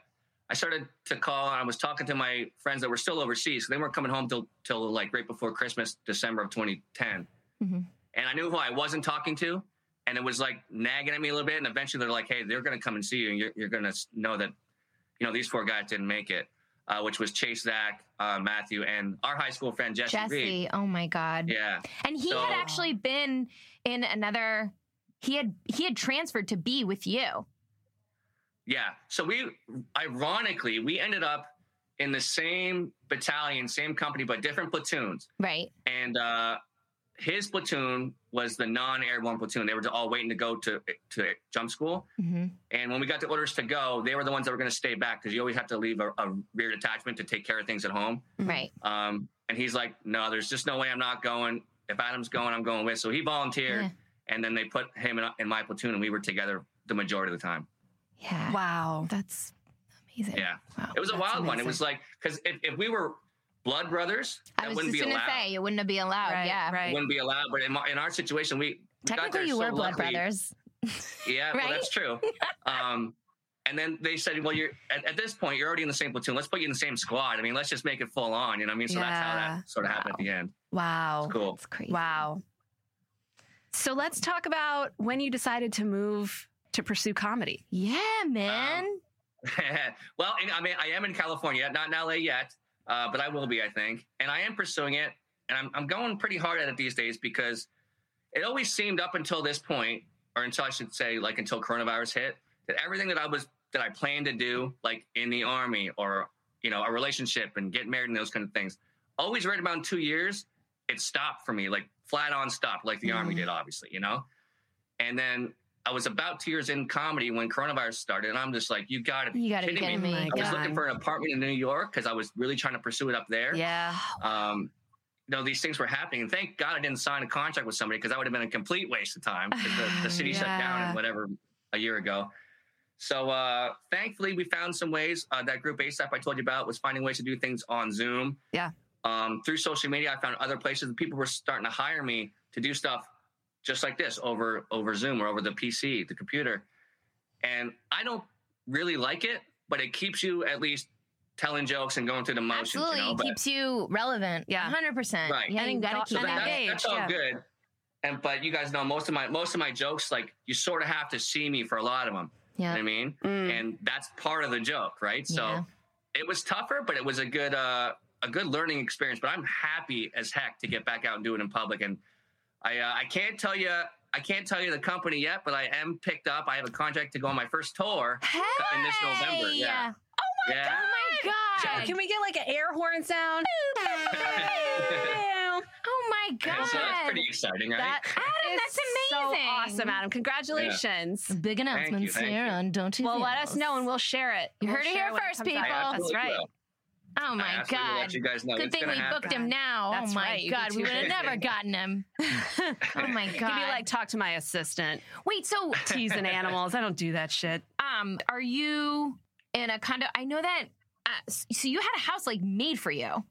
Speaker 4: I started to call. I was talking to my friends that were still overseas. So they weren't coming home till till like right before Christmas, December of 2010.
Speaker 1: Mhm.
Speaker 4: And I knew who I wasn't talking to, and it was like nagging at me a little bit. And eventually, they're like, "Hey, they're going to come and see you, and you're, you're going to know that, you know, these four guys didn't make it." Uh, which was Chase Zach, uh, Matthew, and our high school friend Jesse, Reed.
Speaker 1: Jesse. Oh my God.
Speaker 4: Yeah,
Speaker 1: And he
Speaker 4: So-
Speaker 1: had actually been in another. He had he had transferred to be with you.
Speaker 4: Yeah. So we, ironically, we ended up in the same battalion, same company, but different platoons.
Speaker 1: Right.
Speaker 4: And uh, his platoon was the non-airborne platoon. They were all waiting to go to to jump school.
Speaker 1: Mm-hmm.
Speaker 4: And when we got the orders to go, they were the ones that were going to stay back because you always have to leave a, a rear detachment to take care of things at home.
Speaker 3: Mhm.
Speaker 1: Right.
Speaker 4: Um, and he's like, "No, there's just no way I'm not going. If Adam's going, I'm going with." So he volunteered,
Speaker 1: Yeah.
Speaker 4: and then they put him in, in my platoon, and we were together the majority of the time.
Speaker 1: Yeah.
Speaker 3: Wow.
Speaker 1: That's amazing.
Speaker 4: Yeah.
Speaker 1: Wow.
Speaker 4: It was a
Speaker 3: That's
Speaker 4: wild one. It
Speaker 3: amazing.
Speaker 4: was like because if, if we were blood brothers, that
Speaker 1: I was
Speaker 4: wouldn't
Speaker 1: just
Speaker 4: be
Speaker 1: gonna
Speaker 4: allowed.
Speaker 1: say it wouldn't be allowed.
Speaker 3: Right.
Speaker 1: yeah.
Speaker 4: It
Speaker 3: Right.
Speaker 4: Wouldn't be allowed. But in, my, in our situation, we we got there
Speaker 1: Technically, you
Speaker 4: so
Speaker 1: were blood
Speaker 4: luckily.
Speaker 1: brothers.
Speaker 4: Yeah,
Speaker 1: right?
Speaker 4: well, that's true.
Speaker 1: (laughs)
Speaker 4: Um, and then they said, well, you're at, at this point, you're already in the same platoon. Let's put you in the same squad. I mean, let's just make it full on. You know what I mean? So that's how
Speaker 3: Yeah.
Speaker 4: that sort of happened at the end.
Speaker 3: Wow.
Speaker 4: It's cool.
Speaker 1: That's crazy.
Speaker 3: Wow. So let's talk about when you decided to move to pursue comedy.
Speaker 1: Yeah, man.
Speaker 4: (laughs) well, and, I mean, I am in California, not in LA yet, uh, but I will be, I think. And I am pursuing it. And I'm, I'm going pretty hard at it these days because it always seemed up until this point, or until I should say, like until coronavirus hit, that everything that I was, that I planned to do, like in the army or, you know, a relationship and get married and those kind of things, always right about two years, it stopped for me, like flat on stopped, like the army
Speaker 3: Mhm.
Speaker 4: did, obviously, you know? And then I was about two years in comedy when coronavirus started. And I'm just like, you gotta be
Speaker 1: You gotta be
Speaker 4: kidding
Speaker 1: kidding
Speaker 4: me.
Speaker 1: me.
Speaker 3: I
Speaker 4: I
Speaker 1: God.
Speaker 4: was looking for an apartment in New York because I was really trying to pursue it up there.
Speaker 3: Yeah.
Speaker 1: Oh,
Speaker 4: Um, you know, these things were happening. And thank God I didn't sign a contract with somebody because that would have been a complete waste of time because
Speaker 1: (sighs)
Speaker 4: the, the city shut down
Speaker 3: Yeah.
Speaker 4: and whatever a year ago. So uh, thankfully, we found some ways. Uh, that group ASAP I told you about was finding ways to do things on Zoom.
Speaker 3: Yeah.
Speaker 4: Um, through social media, I found other places. People were starting to hire me to do stuff just like this over over Zoom or over the PC, the computer. And I don't really like it, but it keeps you at least telling jokes and going through the motions. you
Speaker 1: Absolutely.
Speaker 4: know,
Speaker 1: it
Speaker 4: but-
Speaker 1: keeps you relevant.
Speaker 3: Yeah.
Speaker 1: 100%.
Speaker 4: Right.
Speaker 1: Yeah, you
Speaker 3: And
Speaker 1: gotta
Speaker 3: got-
Speaker 1: keep
Speaker 4: so
Speaker 3: and
Speaker 1: that.
Speaker 4: that,
Speaker 1: up.
Speaker 3: engaged,
Speaker 4: that's all
Speaker 3: yeah.
Speaker 4: good. And but you guys know most of my most of my jokes, like you sort of have to see me for a lot of them. You know what
Speaker 1: Yeah.
Speaker 4: I mean,
Speaker 3: Mm.
Speaker 4: and that's part of the joke, right? So
Speaker 1: Yeah.
Speaker 4: it was tougher, but it was a good uh, a good learning experience. But I'm happy as heck to get back out and do it in public. And I uh, I can't tell you I can't tell you the company yet, but I am picked up. I have a contract to go on my first tour.
Speaker 1: Hey!
Speaker 4: in this November, yeah.
Speaker 1: Oh
Speaker 4: yeah,
Speaker 1: my
Speaker 3: Joe,
Speaker 1: God.
Speaker 3: can we get like an air
Speaker 1: (laughs)
Speaker 3: horn sound?
Speaker 1: oh my God.
Speaker 4: And so that's pretty exciting, right?
Speaker 3: That
Speaker 1: Adam,
Speaker 3: is
Speaker 1: that's
Speaker 3: So
Speaker 1: amazing.
Speaker 3: awesome, Adam. Congratulations.
Speaker 1: Big announcements
Speaker 4: thank
Speaker 1: here
Speaker 4: you.
Speaker 1: on Don't You
Speaker 3: Well,
Speaker 1: Feel
Speaker 3: let us
Speaker 1: Us.
Speaker 3: know and we'll share it.
Speaker 1: You
Speaker 3: We'll
Speaker 1: heard it
Speaker 3: share
Speaker 1: here
Speaker 3: when
Speaker 1: first,
Speaker 3: comes out.
Speaker 1: people.
Speaker 4: I
Speaker 3: That's
Speaker 4: absolutely
Speaker 3: right.
Speaker 4: will.
Speaker 1: Oh
Speaker 4: I
Speaker 1: my
Speaker 4: absolutely will
Speaker 1: God.
Speaker 4: let you guys know.
Speaker 1: Good
Speaker 4: It's
Speaker 1: thing
Speaker 4: gonna
Speaker 1: we
Speaker 4: happen.
Speaker 1: booked him
Speaker 3: God.
Speaker 1: now.
Speaker 3: That's
Speaker 1: oh my
Speaker 3: right. You
Speaker 1: God, we
Speaker 3: two
Speaker 1: would have
Speaker 4: did.
Speaker 1: never gotten
Speaker 4: (laughs)
Speaker 1: him. Oh my God.
Speaker 3: You can be like, talk to my assistant.
Speaker 1: wait, so
Speaker 4: (laughs)
Speaker 3: Teasing animals. I don't do that shit.
Speaker 1: um, are you in a condo? I know that. Uh, s- so you had a house like made for you.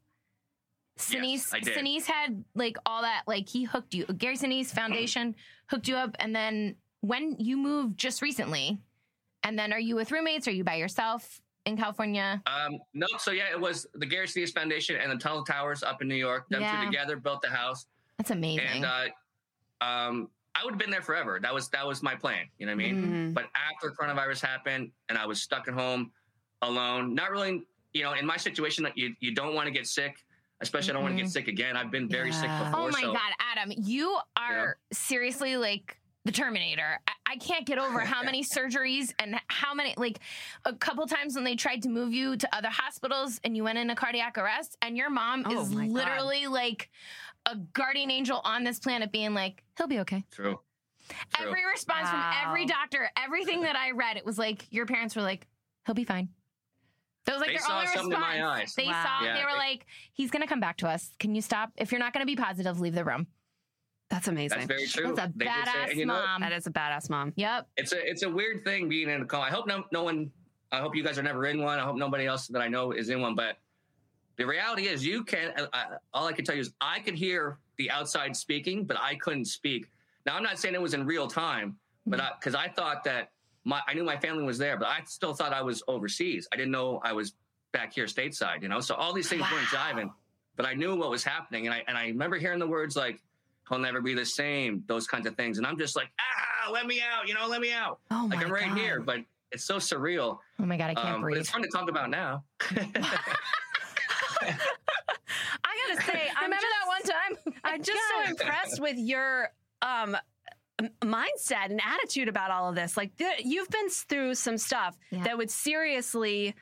Speaker 1: Sinise,
Speaker 4: Yes, I did.
Speaker 1: Sinise had like all that. Like he hooked you. Gary Sinise Foundation (clears throat) hooked you up, and then when you moved just recently, and then are you with roommates? Are you by yourself in California?
Speaker 4: Um, no, so yeah, it was the Gary Sinise Foundation and the Tunnel Towers up in New York. Them
Speaker 1: Yeah.
Speaker 4: two together built the house,
Speaker 1: That's amazing.
Speaker 4: and uh, um, I would have been there forever. That was that was my plan. You know what I mean?
Speaker 1: Mm-hmm.
Speaker 3: Mhm.
Speaker 4: But after coronavirus happened, and I was stuck at home alone, not really, you know, in my situation, you you don't want to get sick. Especially, I don't want to get sick again. I've been very
Speaker 3: Yeah.
Speaker 4: sick before.
Speaker 1: Mm-hmm. Oh my
Speaker 4: so
Speaker 1: God, Adam, you are seriously like the Terminator. I, I can't get over how
Speaker 4: (laughs)
Speaker 1: many surgeries and how many, like a couple times when they tried to move you to other hospitals and you went into cardiac arrest, and your mom
Speaker 3: Oh
Speaker 1: is
Speaker 3: my God.
Speaker 1: literally like a guardian angel on this planet being like, he'll be okay.
Speaker 4: True. True.
Speaker 1: Every response from every
Speaker 3: Wow.
Speaker 1: doctor, everything that I read, it was like, your parents were like, he'll be fine. That was like
Speaker 4: They
Speaker 1: their
Speaker 4: saw
Speaker 1: only
Speaker 4: something in
Speaker 1: response.
Speaker 4: my eyes.
Speaker 1: They
Speaker 3: Wow.
Speaker 1: saw,
Speaker 4: Yeah.
Speaker 1: they were like, he's going to come back to us. Can you stop? If you're not going to be positive, leave the room.
Speaker 3: That's amazing.
Speaker 4: That's very true.
Speaker 1: That's a
Speaker 4: They did say-
Speaker 1: badass
Speaker 4: and you know what?
Speaker 1: mom.
Speaker 3: That is a badass mom.
Speaker 1: Yep.
Speaker 4: It's a it's a weird thing being in a call. I hope no no one. I hope you guys are never in one. I hope nobody else that I know is in one. But the reality is, you can. I, I, all I can tell you is, I could hear the outside speaking, but I couldn't speak. Now I'm not saying it was in real time, but because I, thought that my I knew my family was there, but I still thought I was overseas. I didn't know I was back here stateside. You know, so all these things weren't jiving, but I knew what was happening, and I and I remember hearing the words like "He'll never be the same," those kinds of things, and I'm just like, ah, let me out, you know, let me out.
Speaker 3: Oh my
Speaker 4: like I'm right
Speaker 3: God.
Speaker 4: here, but it's so surreal.
Speaker 1: Oh my god, I can't
Speaker 4: Um, but
Speaker 1: breathe.
Speaker 4: it's fun to talk about now.
Speaker 3: I
Speaker 4: (laughs)
Speaker 3: gotta say, I'm
Speaker 1: Remember
Speaker 3: just-
Speaker 1: that one time?
Speaker 3: I'm just so impressed with your um m- mindset and attitude about all of this. Like th- you've been through some stuff
Speaker 1: Yeah.
Speaker 3: that would seriously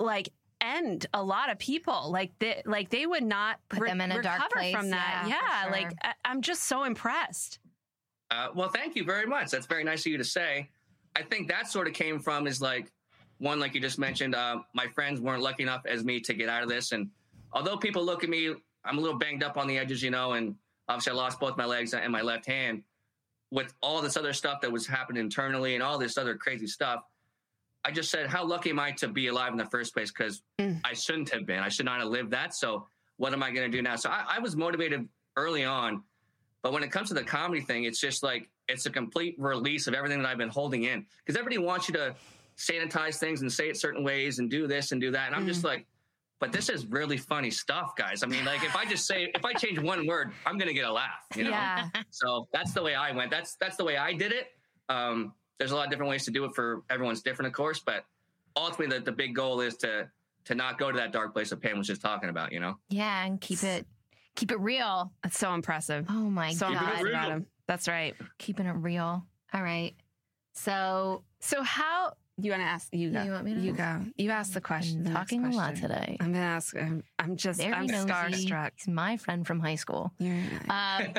Speaker 3: like end a lot of people. Like they, like they would not
Speaker 1: Put them in a dark
Speaker 3: recover
Speaker 1: place.
Speaker 3: from that.
Speaker 1: Yeah, for
Speaker 3: like
Speaker 1: sure.
Speaker 3: I- I'm just so impressed.
Speaker 4: Uh, well, thank you very much. That's very nice of you to say. I think that sort of came from is like one, like you just mentioned, uh, my friends weren't lucky enough as me to get out of this. And although people look at me, I'm a little banged up on the edges, you know, and obviously I lost both my legs and my left hand with all this other stuff that was happening internally and all this other crazy stuff. I just said, how lucky am I to be alive in the first place? Because
Speaker 3: Mm.
Speaker 4: I shouldn't have been. I should not have lived that. So what am I going to do now? So I, I was motivated early on. But when it comes to the comedy thing, it's just like it's a complete release of everything that I've been holding in. Because everybody wants you to sanitize things and say it certain ways and do this and do that. And I'm
Speaker 3: Mm.
Speaker 4: just like, but this is really funny stuff, guys. I mean, like if I just say if I change one word, I'm gonna get a laugh. You know?
Speaker 3: Yeah.
Speaker 4: So that's the way I went. That's that's the way I did it. Um, there's a lot of different ways to do it for everyone's different, of course, but ultimately the, the big goal is to to not go to that dark place that Pam was just talking about, you know?
Speaker 1: yeah, and keep it keep it real.
Speaker 3: That's so impressive.
Speaker 1: Oh my
Speaker 3: so
Speaker 1: god.
Speaker 3: impressed
Speaker 4: real.
Speaker 3: about him. That's right.
Speaker 1: Keeping it real. All right. So
Speaker 3: So how you want to ask you go.
Speaker 1: You want me to
Speaker 3: you
Speaker 1: ask?
Speaker 3: go. You ask the question.
Speaker 1: I'm
Speaker 3: the next
Speaker 1: talking a lot
Speaker 3: question.
Speaker 1: today.
Speaker 3: I'm gonna ask. I'm, I'm just.
Speaker 1: Very
Speaker 3: I'm
Speaker 1: nosy.
Speaker 3: starstruck.
Speaker 1: He's my friend from high school.
Speaker 3: (laughs) You're-
Speaker 1: Um,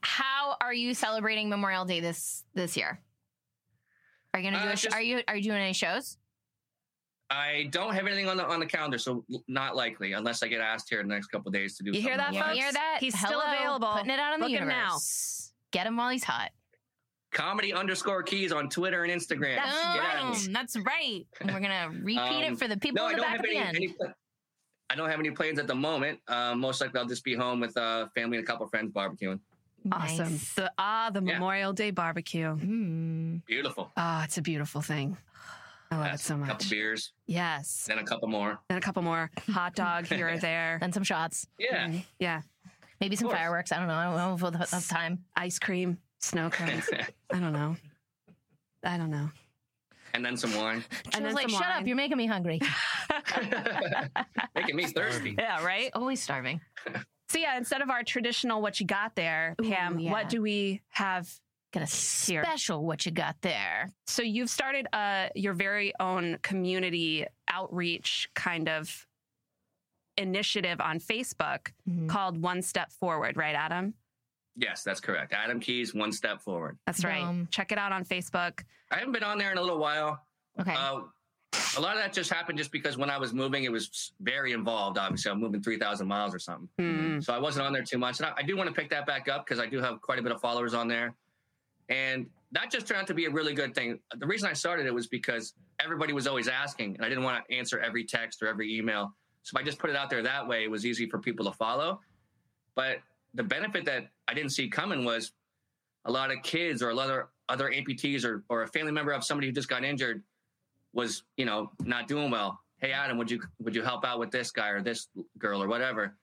Speaker 1: how are you celebrating Memorial Day this this year? Are you gonna do
Speaker 4: Uh,
Speaker 1: a sh-
Speaker 4: just-
Speaker 1: are you are you doing any shows?
Speaker 4: I don't have anything on the on the calendar, so l- not likely, unless I get asked here in the next couple days to do.
Speaker 3: You hear that,
Speaker 4: something like
Speaker 1: You
Speaker 3: Uh, folks?
Speaker 1: hear that?
Speaker 3: He's still available.
Speaker 1: Putting it out in the
Speaker 3: Book him
Speaker 1: universe.
Speaker 3: now.
Speaker 1: Get him while he's hot.
Speaker 4: Comedy underscore keys on Twitter and Instagram. Get at me.
Speaker 1: Boom. Oh, That's right. And we're
Speaker 4: (laughs)
Speaker 1: gonna repeat
Speaker 4: Um,
Speaker 1: it for the people
Speaker 4: No,
Speaker 1: in
Speaker 4: I
Speaker 1: the back
Speaker 4: don't have
Speaker 1: of the
Speaker 4: any,
Speaker 1: end.
Speaker 4: any. pla- I don't have any plans at the moment. Uh, most likely, I'll just be home with uh, family and a couple friends barbecuing.
Speaker 3: Awesome.
Speaker 1: Nice.
Speaker 3: The ah, the
Speaker 4: Yeah.
Speaker 3: Memorial Day barbecue.
Speaker 1: Mm.
Speaker 4: Beautiful.
Speaker 3: Ah, it's a beautiful thing. I love
Speaker 4: Yes,
Speaker 3: it so
Speaker 4: A couple
Speaker 3: much.
Speaker 4: beers,
Speaker 3: Yes.
Speaker 4: then a couple more.
Speaker 3: And a couple more hot
Speaker 4: (laughs)
Speaker 3: dog here or there.
Speaker 1: Then some shots.
Speaker 4: Yeah.
Speaker 3: Mm, Yeah.
Speaker 1: Maybe some
Speaker 4: course.
Speaker 1: fireworks. I don't know. I don't know if we'll have enough time.
Speaker 3: Ice cream, snow cones. I don't know. I don't know.
Speaker 4: (laughs) and then some wine.
Speaker 1: I
Speaker 3: And
Speaker 1: was
Speaker 3: then
Speaker 1: like,
Speaker 3: some
Speaker 1: shut up.
Speaker 3: wine."
Speaker 1: You're making me hungry.
Speaker 4: Making me thirsty.
Speaker 3: Yeah, right?
Speaker 1: (laughs) Always starving.
Speaker 3: So, yeah, instead of our traditional what you got there,
Speaker 1: Ooh,
Speaker 3: Pam,
Speaker 1: yeah.
Speaker 3: what do we have?
Speaker 1: Got a
Speaker 3: Here.
Speaker 1: special what you got there.
Speaker 3: So, you've started uh, your very own community outreach kind of initiative on Facebook
Speaker 1: Mhm.
Speaker 3: called One Step Forward, right, Adam?
Speaker 4: Yes, that's correct. Adam Keys, one step forward.
Speaker 3: That's right.
Speaker 1: Yum.
Speaker 3: Check it out on Facebook.
Speaker 4: I haven't been on there in a little while.
Speaker 1: Okay.
Speaker 4: Uh, a lot of that just happened just because when I was moving, it was very involved. Obviously, I'm moving 3,000 miles or something.
Speaker 3: Mm.
Speaker 4: So I wasn't on there too much. And I, I do want to pick that back up because I do have quite a bit of followers on there. And that just turned out to be a really good thing. The reason I started it was because everybody was always asking, and I didn't want to answer every text or every email. So if I just put it out there that way, it was easy for people to follow. But the benefit that I didn't see coming was a lot of kids or a lot of other amputees or, or a family member of somebody who just got injured was, you know, not doing well. Hey Adam, would you would you help out with this guy or this girl or whatever?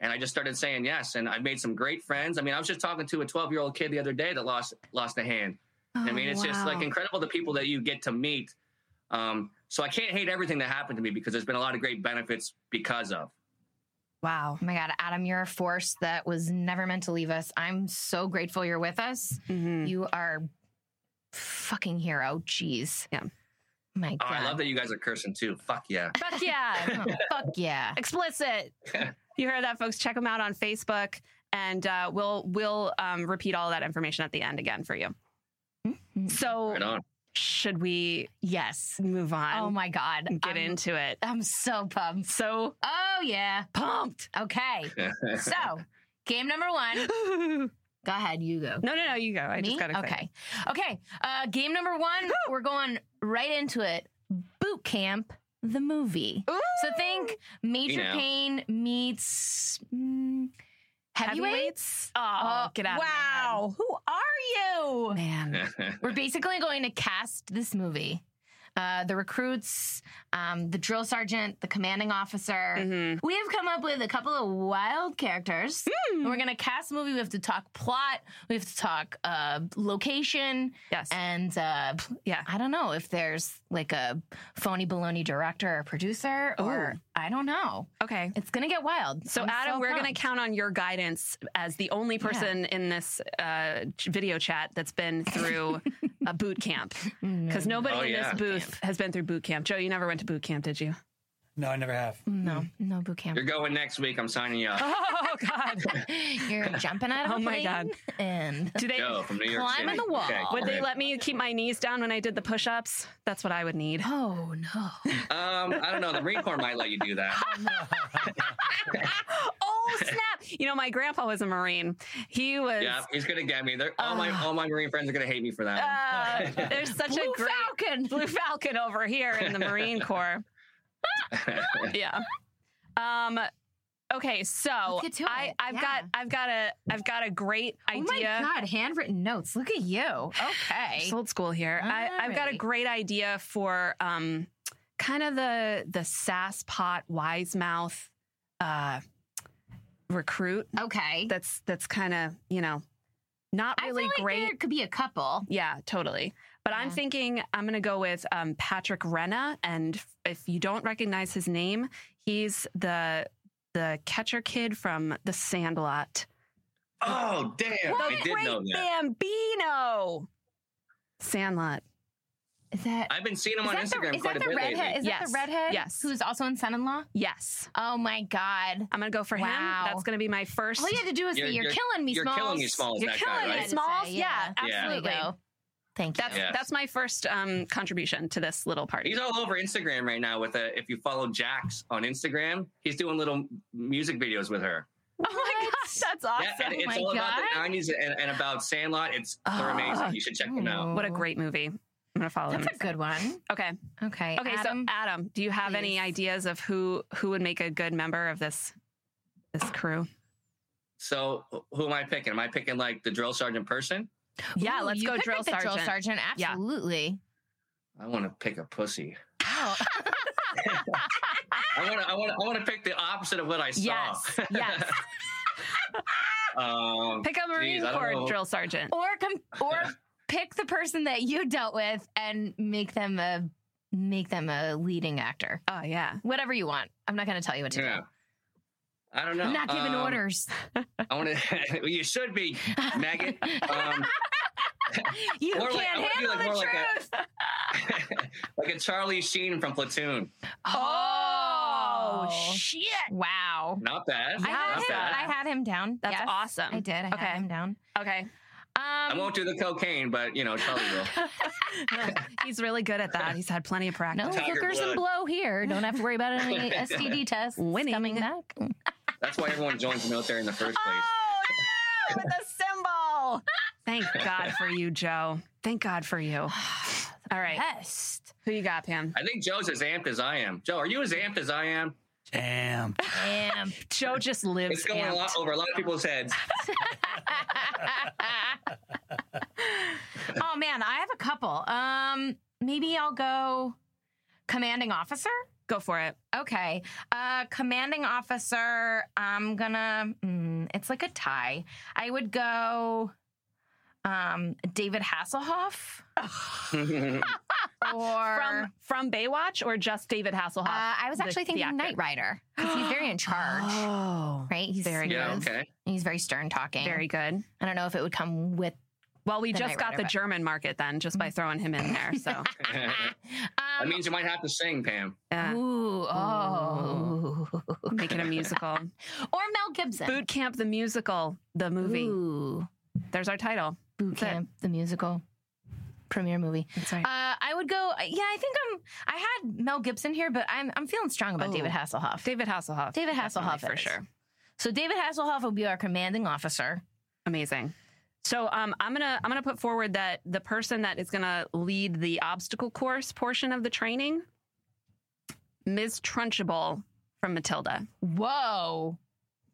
Speaker 4: And I just started saying yes. And I've made some great friends. I mean, I was just talking to a 12 year old kid the other day that lost lost a hand. I mean, it's just
Speaker 1: Oh,
Speaker 4: like incredible the people that you get to meet. Um, so I can't hate everything that happened to me because there's been a lot of great benefits because of.
Speaker 3: Wow.
Speaker 1: Oh my God, Adam, you're a force that was never meant to leave us. I'm so grateful you're with us.
Speaker 4: Mm-hmm.
Speaker 3: Mhm.
Speaker 1: You are fucking hero. Jeez.
Speaker 3: Yeah.
Speaker 1: My
Speaker 4: Oh,
Speaker 1: God.
Speaker 4: I love that you guys are cursing too. Fuck yeah.
Speaker 3: Fuck yeah.
Speaker 1: Oh, fuck yeah.
Speaker 4: (laughs)
Speaker 3: Explicit. you heard that, folks. Check them out on Facebook, and uh, we'll we'll um, repeat all that information at the end again for you. So
Speaker 4: Right on. (laughs)
Speaker 3: should we
Speaker 1: (laughs) Yes.
Speaker 3: move on?
Speaker 1: Oh my God.
Speaker 3: and Get
Speaker 1: I'm-
Speaker 3: into it.
Speaker 1: I'm so pumped.
Speaker 3: So
Speaker 1: Oh yeah. Pumped.
Speaker 3: (laughs)
Speaker 1: Okay. So game number one.
Speaker 3: no,
Speaker 1: Go ahead. You go.
Speaker 3: (laughs) no, no. You go. I
Speaker 1: Me?
Speaker 3: just got excited.
Speaker 1: Okay. Okay. Uh, game number one, we're going right into it. Boot camp, the movie.
Speaker 3: Ooh.
Speaker 1: So think Major
Speaker 4: You know.
Speaker 1: Pain meets mm, heavyweights.
Speaker 3: Oh, get out!
Speaker 1: Wow.
Speaker 3: Of
Speaker 1: Who are
Speaker 3: my
Speaker 1: you?
Speaker 3: head. Man,
Speaker 1: We're basically going to cast this movie. Uh, the recruits, um, the drill sergeant, the commanding officer.
Speaker 3: Mhm.
Speaker 1: We have come up with a couple of wild characters.
Speaker 3: Hmm.
Speaker 1: And we're going to cast a movie. We have to talk plot. We have to talk uh, location.
Speaker 3: yes.
Speaker 1: And uh,
Speaker 3: Yeah.
Speaker 1: I don't know if there's like a phony baloney director or producer, or
Speaker 3: Ooh.
Speaker 1: I don't know.
Speaker 3: Okay.
Speaker 1: It's gonna get wild.
Speaker 3: So,
Speaker 1: I'm
Speaker 3: Adam, we're going
Speaker 1: pumped.
Speaker 3: to count on your guidance as the only person in this uh, ch- video chat that's been through (laughs) a boot camp because nobody
Speaker 4: Oh,
Speaker 3: in
Speaker 4: yeah.
Speaker 3: this booth has been through boot Mm-hmm. camp. Joe, you never went to boot camp, did you?
Speaker 6: No, I never have.
Speaker 1: No, no boot camp.
Speaker 4: You're going next week. I'm signing you up.
Speaker 3: (laughs) Oh God!
Speaker 1: (laughs) You're jumping out of
Speaker 3: (laughs) Oh
Speaker 1: a
Speaker 3: my
Speaker 1: plane
Speaker 3: God.
Speaker 1: and
Speaker 3: (laughs) Do they?
Speaker 4: Go from New York
Speaker 1: Climb
Speaker 4: City.
Speaker 1: in the wall.
Speaker 4: Okay,
Speaker 3: Would they
Speaker 4: great.
Speaker 3: let me keep my knees down when I did the push-ups? That's what I would
Speaker 4: (laughs)
Speaker 3: need.
Speaker 1: oh no,
Speaker 4: Um, I don't know. The Marine Corps might let you
Speaker 1: (laughs)
Speaker 4: do that.
Speaker 3: (laughs) oh snap! You know, my grandpa was a Marine. He was.
Speaker 4: Yeah, he's gonna get me. They're, all my all my Marine friends are gonna hate me for that. one.
Speaker 3: Uh,
Speaker 4: (laughs)
Speaker 3: there's such
Speaker 1: Blue
Speaker 3: a great
Speaker 1: Falcon.
Speaker 3: Blue Falcon over here in the
Speaker 4: (laughs)
Speaker 3: Marine Corps.
Speaker 1: Uh,
Speaker 3: yeah. Um. Okay, so
Speaker 1: Let's get to
Speaker 3: I,
Speaker 1: it.
Speaker 3: I've
Speaker 1: Yeah.
Speaker 3: got I've got a I've got a great
Speaker 1: Oh my
Speaker 3: idea.
Speaker 1: god, handwritten notes. Look at you. Okay.
Speaker 3: It's old school here. I, I've got a
Speaker 1: Alright.
Speaker 3: great idea for um, kind of the the sasspot wise mouth, uh, recruit.
Speaker 1: Okay.
Speaker 3: That's that's kind of you know, not really
Speaker 1: I feel
Speaker 3: great.
Speaker 1: Like there could be a couple.
Speaker 3: Yeah, totally. But I'm
Speaker 1: Yeah.
Speaker 3: thinking I'm going to go with um, Patrick Renna, and f- if you don't recognize his name, he's the the catcher kid from The Sandlot.
Speaker 4: oh damn!
Speaker 3: the
Speaker 4: I did
Speaker 3: Great
Speaker 4: know that.
Speaker 3: Bambino. Sandlot.
Speaker 1: Is that?
Speaker 4: I've been seeing him on
Speaker 1: is that
Speaker 4: Instagram
Speaker 1: the, is
Speaker 4: quite
Speaker 1: that
Speaker 4: a
Speaker 1: the
Speaker 4: bit
Speaker 1: redhead?
Speaker 4: lately.
Speaker 1: Is that
Speaker 3: Yes.
Speaker 1: the redhead?
Speaker 3: Yes.
Speaker 1: Who's also in son-in-law?
Speaker 3: Yes,
Speaker 1: Oh my god.
Speaker 3: I'm going to go for him.
Speaker 1: Wow. Oh,
Speaker 3: That's going to be my 1st
Speaker 1: All you had to do was
Speaker 4: You're-
Speaker 1: say, "You're,
Speaker 4: you're-
Speaker 1: killing me,
Speaker 4: You're
Speaker 1: Smalls."
Speaker 4: killing me, Smalls.
Speaker 3: You're
Speaker 4: that
Speaker 3: killing
Speaker 4: guy,
Speaker 3: me,
Speaker 4: right?
Speaker 3: Smalls. Yeah, absolutely.
Speaker 1: There you go. Thank you.
Speaker 3: That's
Speaker 4: Yes.
Speaker 3: that's my first um, contribution to this little party.
Speaker 4: He's all over Instagram right now. With a, if you follow Jax on Instagram, he's doing little music videos with her.
Speaker 3: (laughs) oh my gosh, that's awesome!
Speaker 4: and it's
Speaker 1: my
Speaker 4: all about the
Speaker 1: God.
Speaker 4: '90s and, and about Sandlot. It's they're
Speaker 3: Ah.
Speaker 4: amazing. You should check them out.
Speaker 3: What a great movie! I'm going to follow
Speaker 1: Oh. That's
Speaker 3: him.
Speaker 1: a good one.
Speaker 3: okay.
Speaker 1: Okay.
Speaker 3: Okay,
Speaker 1: Adam,
Speaker 3: so Adam, do you have any
Speaker 1: please.
Speaker 3: ideas of who who would make a good member of this this crew?
Speaker 4: So who am I picking? Am I picking like the drill sergeant person?
Speaker 3: yeah,
Speaker 1: Ooh,
Speaker 3: let's
Speaker 1: you
Speaker 3: go
Speaker 1: could
Speaker 3: drill
Speaker 1: pick the
Speaker 3: sergeant.
Speaker 1: Drill sergeant.
Speaker 3: Yeah. (laughs)
Speaker 1: Absolutely.
Speaker 4: I want to pick a pussy.
Speaker 1: Oh,
Speaker 4: I want to. I want. I want to pick the opposite of what I saw.
Speaker 3: Yes, yes.
Speaker 4: (laughs) um,
Speaker 3: Pick a Marine
Speaker 4: Jeez, I don't
Speaker 3: Corps
Speaker 4: know.
Speaker 3: drill sergeant.
Speaker 1: or com- or pick the person that you dealt with and make them a make them a leading actor.
Speaker 3: Oh yeah.
Speaker 1: Whatever you want. I'm not going to tell you what to
Speaker 4: yeah.
Speaker 1: do.
Speaker 4: I don't know.
Speaker 1: I'm not giving
Speaker 4: Um,
Speaker 1: orders.
Speaker 4: (laughs)
Speaker 1: (laughs)
Speaker 4: I want to. you should be, Megan. Um,
Speaker 1: you
Speaker 4: or
Speaker 1: can't
Speaker 4: like- I wanna do,
Speaker 1: handle
Speaker 4: like,
Speaker 1: the
Speaker 4: more like a-
Speaker 1: truth.
Speaker 4: (laughs) like a Charlie Sheen from Platoon.
Speaker 1: oh,
Speaker 3: Oh,
Speaker 1: sh-
Speaker 3: shit.
Speaker 1: wow.
Speaker 4: Not bad.
Speaker 1: I had,
Speaker 4: Not
Speaker 1: him,
Speaker 4: bad.
Speaker 1: I had him down.
Speaker 3: That's
Speaker 1: Yes,
Speaker 3: awesome.
Speaker 1: I did. I
Speaker 3: Okay.
Speaker 1: had him down.
Speaker 3: (laughs) Okay.
Speaker 1: Um,
Speaker 4: I won't do the cocaine, but you know Charlie will.
Speaker 3: He's really good at that. He's had plenty of
Speaker 1: No
Speaker 3: practice.
Speaker 4: Tiger
Speaker 1: hookers and
Speaker 4: blood.
Speaker 1: blow here. Don't have to worry about
Speaker 4: (laughs)
Speaker 1: any STD tests
Speaker 3: Winning.
Speaker 1: coming back.
Speaker 4: That's why everyone joins the military in the first place.
Speaker 3: (laughs) Oh no, with a symbol. Thank God for you, Joe. Thank God for (sighs) you. All right.
Speaker 1: Best.
Speaker 3: Who you got, Pam?
Speaker 4: I think Joe's as amped as I am. Joe, are you as amped as I am?
Speaker 6: Damn.
Speaker 1: Damn.
Speaker 3: Joe just lives.
Speaker 4: It's going a lot over a lot of
Speaker 1: (laughs)
Speaker 4: people's heads. (laughs)
Speaker 1: (laughs) oh man, I have a couple. Um, maybe I'll go commanding officer.
Speaker 3: Go for it.
Speaker 1: Okay. Uh, commanding officer, I'm gonna, mm, it's like a tie. I would go um, David Hasselhoff.
Speaker 4: I
Speaker 1: or
Speaker 3: Ah, from from Baywatch or just David Hasselhoff?
Speaker 1: uh, I was
Speaker 3: the-
Speaker 1: actually
Speaker 3: the
Speaker 1: thinking
Speaker 3: actor?
Speaker 1: Knight Rider because he's very in (gasps) charge,
Speaker 3: Oh,
Speaker 1: right? He's
Speaker 3: Very
Speaker 4: Yeah,
Speaker 1: smooth,
Speaker 4: okay. (laughs)
Speaker 1: and He's very stern talking.
Speaker 3: very good.
Speaker 1: I don't know if it would come with.
Speaker 3: Well, we
Speaker 1: The
Speaker 3: just
Speaker 1: Knight
Speaker 3: got
Speaker 1: Rider,
Speaker 3: the
Speaker 1: but-
Speaker 3: German market then just
Speaker 1: Mm-hmm.
Speaker 3: by throwing him in there.
Speaker 1: (laughs)
Speaker 3: So
Speaker 1: um,
Speaker 4: That means you might have to sing, Pam.
Speaker 3: uh,
Speaker 1: ooh, oh,
Speaker 3: make it
Speaker 1: (laughs)
Speaker 3: a musical.
Speaker 1: or Mel Gibson.
Speaker 3: Boot Camp the musical, the movie.
Speaker 1: Ooh,
Speaker 3: There's our title.
Speaker 1: Boot
Speaker 3: it.
Speaker 1: Camp, the musical premiere movie.
Speaker 3: That's right.
Speaker 1: Uh, I would go. Yeah, I think I'm. I had Mel Gibson here, but I'm. I'm feeling strong about
Speaker 3: Oh.
Speaker 1: David Hasselhoff.
Speaker 3: David Hasselhoff.
Speaker 1: David
Speaker 3: definitely,
Speaker 1: Hasselhoff
Speaker 3: for
Speaker 1: is.
Speaker 3: sure.
Speaker 1: So David Hasselhoff will be our commanding officer.
Speaker 3: Amazing. So um, I'm gonna I'm gonna put forward that the person that is gonna lead the obstacle course portion of the training, Ms. Trunchable from Matilda.
Speaker 1: Whoa!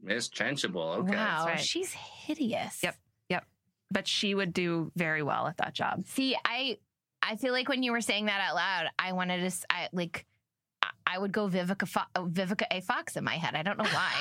Speaker 4: Miss Trenchable. Okay.
Speaker 1: wow,
Speaker 3: right.
Speaker 1: she's hideous.
Speaker 3: Yep. But she would do very well at that job.
Speaker 1: See, I I feel like when you were saying that out loud, I wanted to s- I, like I, I would go Vivica Fo- uh, Vivica A Fox in my head. I don't know
Speaker 3: (laughs)
Speaker 1: why.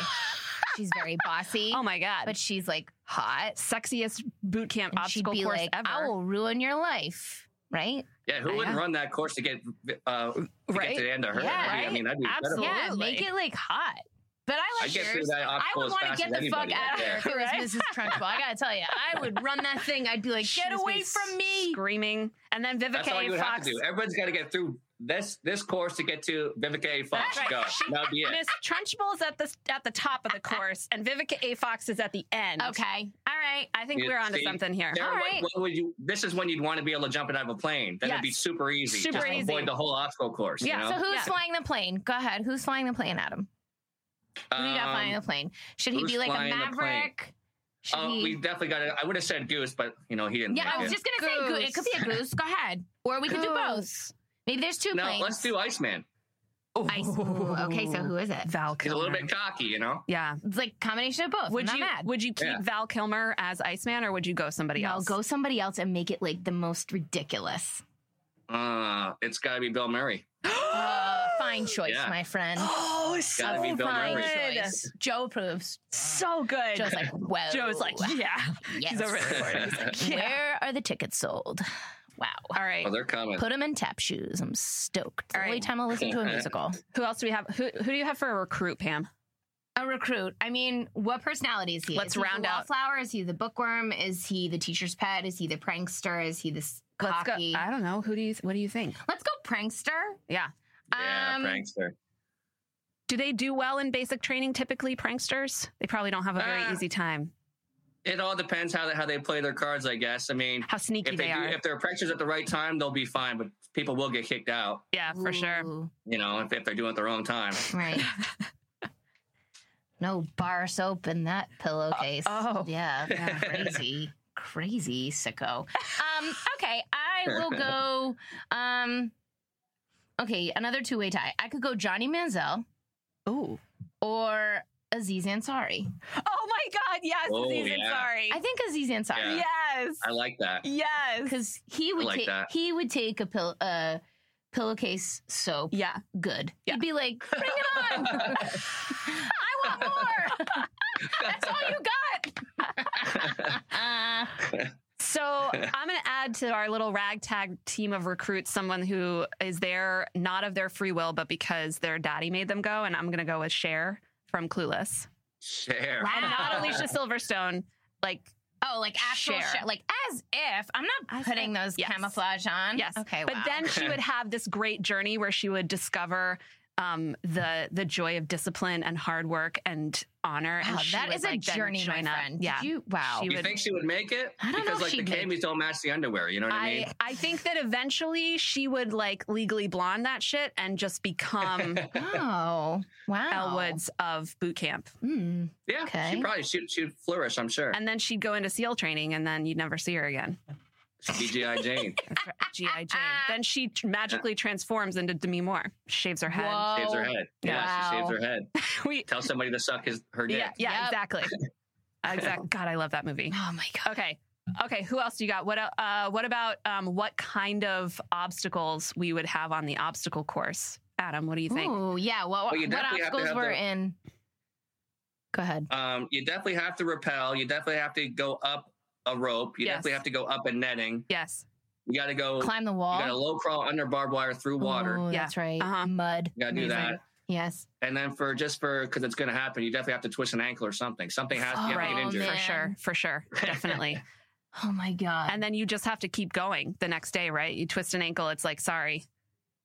Speaker 1: she's very bossy,
Speaker 3: Oh my god.
Speaker 1: but she's like hot.
Speaker 3: sexiest boot camp
Speaker 1: And she'd
Speaker 3: obstacle
Speaker 1: be
Speaker 3: course
Speaker 1: like,
Speaker 3: ever.
Speaker 1: "I will ruin your life." Right?
Speaker 4: Yeah, who wouldn't
Speaker 3: Yeah.
Speaker 4: run that course to get uh, to
Speaker 3: Right?
Speaker 4: get to the end of her?
Speaker 1: Yeah,
Speaker 4: I mean, that'd be incredible.
Speaker 1: Yeah,
Speaker 3: Absolutely.
Speaker 1: make it like hot. But I
Speaker 4: I
Speaker 1: like
Speaker 4: get through
Speaker 1: yours.
Speaker 4: that
Speaker 1: I
Speaker 4: obstacle
Speaker 1: would
Speaker 4: as
Speaker 1: want
Speaker 4: fast
Speaker 1: to get
Speaker 4: as
Speaker 1: the fuck
Speaker 4: anybody
Speaker 1: out of
Speaker 4: there.
Speaker 1: here if it
Speaker 3: Right?
Speaker 1: was Mrs. Trunchbull. I gotta tell you, I would run that thing. I'd be like,
Speaker 3: She
Speaker 1: "Get
Speaker 3: just
Speaker 1: away
Speaker 3: be
Speaker 1: from me!"
Speaker 3: Screaming. And then Vivica
Speaker 4: That's all
Speaker 3: A.
Speaker 4: you would have
Speaker 3: Fox.
Speaker 4: to do. Everybody's got to get through this this course to get to Vivica A.
Speaker 3: That's
Speaker 4: Fox.
Speaker 3: right.
Speaker 4: Go.
Speaker 3: She-
Speaker 4: That'd be
Speaker 1: (laughs)
Speaker 4: it.
Speaker 3: Miss Trunchbull's at the at the top of the course, and Vivica A. Fox is at the end.
Speaker 1: Okay, all right.
Speaker 3: I think
Speaker 4: You
Speaker 3: we're onto
Speaker 4: see?
Speaker 3: something here.
Speaker 4: Sarah,
Speaker 1: All
Speaker 4: what-
Speaker 1: right.
Speaker 4: what would you? This is when you'd want to be able to jump and out of a plane. That'd be
Speaker 3: Yes.
Speaker 4: super easy.
Speaker 3: Super
Speaker 4: Just
Speaker 3: easy.
Speaker 4: Avoid the whole obstacle course. you
Speaker 3: Yeah,
Speaker 4: know?
Speaker 1: So who's
Speaker 3: Yeah.
Speaker 1: flying the plane? Go ahead. Who's flying the plane, Adam? Who do you got flying the
Speaker 4: Um,
Speaker 1: plane? Should he
Speaker 4: who's
Speaker 1: be like a
Speaker 4: flying the plane?
Speaker 1: maverick? Should
Speaker 4: Oh,
Speaker 1: he?
Speaker 4: we definitely got it. I would have said goose, but you know he didn't.
Speaker 1: yeah,
Speaker 4: make
Speaker 1: I was
Speaker 4: it.
Speaker 1: just gonna say goose. it could be a goose. Go ahead, or we could do both.
Speaker 3: Goose.
Speaker 1: Maybe there's two
Speaker 4: No,
Speaker 1: planes.
Speaker 4: let's do Iceman.
Speaker 1: Ice. Ooh, okay, so who is it?
Speaker 3: Val
Speaker 4: He's a
Speaker 3: Kilmer.
Speaker 4: little bit cocky, you know.
Speaker 3: Yeah.
Speaker 1: It's like combination of both.
Speaker 3: Would
Speaker 1: I'm
Speaker 3: you
Speaker 1: not mad.
Speaker 3: would you keep
Speaker 4: Yeah.
Speaker 3: Val Kilmer as Iceman or would you go somebody
Speaker 1: no,
Speaker 3: else?
Speaker 1: go
Speaker 3: (gasps)
Speaker 1: somebody else and make it like the most ridiculous. (gasps)
Speaker 4: Uh, it's got to be Bill Murray.
Speaker 1: Uh, fine choice,
Speaker 4: Yeah.
Speaker 1: my (gasps) friend.
Speaker 3: Oh, it's
Speaker 4: Gotta be
Speaker 3: so
Speaker 4: Bill
Speaker 1: fine
Speaker 4: Murray.
Speaker 3: good.
Speaker 1: choice. Joe (laughs) approves.
Speaker 3: So good.
Speaker 1: Joe's (laughs) like, whoa.
Speaker 3: (laughs) Joe's like, yeah.
Speaker 1: yes.
Speaker 3: He's over
Speaker 1: (laughs)
Speaker 3: the board. He's like,
Speaker 4: (laughs)
Speaker 3: yeah.
Speaker 1: Where are the tickets sold? Wow.
Speaker 3: All right.
Speaker 4: Oh, they're coming.
Speaker 1: Put him in tap shoes. I'm stoked. It's
Speaker 3: All
Speaker 1: the only
Speaker 3: right.
Speaker 1: time I'll listen (laughs) to a musical.
Speaker 3: Who else do we have? Who who do you have for a recruit, Pam?
Speaker 1: A recruit. I mean, what personality is he?
Speaker 3: Let's
Speaker 1: is he
Speaker 3: round
Speaker 1: the
Speaker 3: out.
Speaker 1: Wallflower? Is he the bookworm? Is he the teacher's pet? Is he the prankster? Is he the s-
Speaker 3: Let's
Speaker 1: cocky?
Speaker 3: go. I don't know. Who do you what do you think?
Speaker 1: Let's go prankster.
Speaker 3: Yeah.
Speaker 4: yeah,
Speaker 1: um,
Speaker 4: prankster.
Speaker 3: Do they do well in basic training typically pranksters? They probably don't have a very
Speaker 4: Ah.
Speaker 3: easy time.
Speaker 4: It all depends how they, how they play their cards, I guess. I mean,
Speaker 3: How sneaky
Speaker 4: if
Speaker 3: they,
Speaker 4: they, do,
Speaker 3: are.
Speaker 4: if they're practiced at the right time, they'll be fine. But people will get kicked out,
Speaker 3: yeah, for sure.
Speaker 1: Ooh,
Speaker 4: you know, if, if they're doing it at the wrong time.
Speaker 1: Right. no bar soap in that pillowcase.
Speaker 3: oh.
Speaker 1: Yeah. yeah, Crazy. Crazy sicko. Um, okay. I will go. Um, okay. Another two way tie. I could go Johnny Manziel
Speaker 3: Ooh.
Speaker 1: or Aziz Ansari.
Speaker 3: Oh my god, yes,
Speaker 4: Oh,
Speaker 3: Aziz
Speaker 4: yeah.
Speaker 3: Ansari.
Speaker 1: I think Aziz Ansari.
Speaker 4: Yeah.
Speaker 3: Yes.
Speaker 4: I like that.
Speaker 3: Yes.
Speaker 1: because he would
Speaker 4: like
Speaker 1: take
Speaker 4: that.
Speaker 1: he would take a pill uh, pillowcase soap
Speaker 3: Yeah.
Speaker 1: good.
Speaker 3: Yeah.
Speaker 1: He'd be like, "Bring it
Speaker 3: (laughs)
Speaker 1: on! I want more. (laughs) That's all you got."
Speaker 3: (laughs)
Speaker 1: Uh,
Speaker 3: So
Speaker 4: (laughs)
Speaker 3: I'm going to add to our little ragtag team of recruits someone who is there not of their free will, but because their daddy made them go. And I'm going to go with Cher from Clueless.
Speaker 4: (laughs) Share.
Speaker 1: Wow.
Speaker 3: And not Alicia Silverstone. Like,
Speaker 1: oh, like actual
Speaker 3: Share.
Speaker 1: shit. Like as if I'm not
Speaker 3: As
Speaker 1: putting
Speaker 3: if-
Speaker 1: those
Speaker 3: yes.
Speaker 1: camouflage on.
Speaker 3: yes.
Speaker 1: Okay.
Speaker 3: But
Speaker 1: wow.
Speaker 3: then she would have this great journey where she would discover um, the the joy of discipline and hard work and honor.
Speaker 1: Wow,
Speaker 3: and she
Speaker 1: that
Speaker 3: would,
Speaker 1: is
Speaker 3: like,
Speaker 1: a
Speaker 3: then
Speaker 1: journey, my
Speaker 3: join up.
Speaker 1: friend.
Speaker 3: Yeah.
Speaker 1: Did you? Wow.
Speaker 3: She (laughs)
Speaker 4: You
Speaker 3: would-
Speaker 4: think she would make it?
Speaker 1: I don't know
Speaker 4: because
Speaker 1: if
Speaker 4: like
Speaker 1: she'd
Speaker 4: the
Speaker 1: make
Speaker 4: camis don't match the underwear. You know what I, mean?
Speaker 3: I, I think that eventually she would like legally blonde that shit and just (laughs) become
Speaker 1: oh. Wow.
Speaker 3: Elwoods of boot camp.
Speaker 1: Mm.
Speaker 4: Yeah,
Speaker 1: okay.
Speaker 4: she probably she she'd flourish. I'm sure.
Speaker 3: And then she'd go into SEAL training, and then you'd never see her (laughs) again.
Speaker 1: (laughs)
Speaker 4: BGI Jane
Speaker 3: That's right, GI Jane. Then she tr- magically transforms into Demi Moore, shaves her head.
Speaker 1: Whoa.
Speaker 4: shaves her head. Yeah, she
Speaker 1: Oh, Wow.
Speaker 4: shaves her head.
Speaker 3: We-
Speaker 4: Tell somebody to suck his her dick.
Speaker 3: yeah, yeah,
Speaker 1: Yep.
Speaker 3: (laughs) exactly, exactly. God, I love that movie.
Speaker 1: Oh my god.
Speaker 3: Okay, okay. Who else do you got? What? el- Uh, what about um, what kind of obstacles we would have on the obstacle course? Adam, what do you think?
Speaker 1: Ooh, yeah. Well,
Speaker 4: Well, you
Speaker 1: what
Speaker 4: definitely have to
Speaker 1: obstacles
Speaker 4: have
Speaker 1: were
Speaker 4: the-
Speaker 1: in? Go ahead.
Speaker 4: Um, you definitely have to repel. You definitely have to go up a rope. You
Speaker 3: Yes.
Speaker 4: definitely have to go up a netting.
Speaker 3: Yes.
Speaker 4: You got to go.
Speaker 1: Climb the
Speaker 4: You
Speaker 1: wall.
Speaker 4: got to low crawl under barbed wire through water.
Speaker 1: Oh,
Speaker 3: Yeah.
Speaker 1: That's right.
Speaker 3: Uh-huh.
Speaker 1: Mud.
Speaker 4: You got to do
Speaker 1: Amazing.
Speaker 4: that.
Speaker 1: Yes.
Speaker 4: And then for just for because it's going to happen, you definitely have to twist an ankle or something. Something has you have to
Speaker 3: right.
Speaker 4: get
Speaker 1: Oh,
Speaker 4: injured.
Speaker 1: man.
Speaker 3: for sure, for sure,
Speaker 4: (laughs)
Speaker 3: definitely.
Speaker 1: Oh my god.
Speaker 3: and then you just have to keep going the next day, right? You twist an ankle, it's like sorry,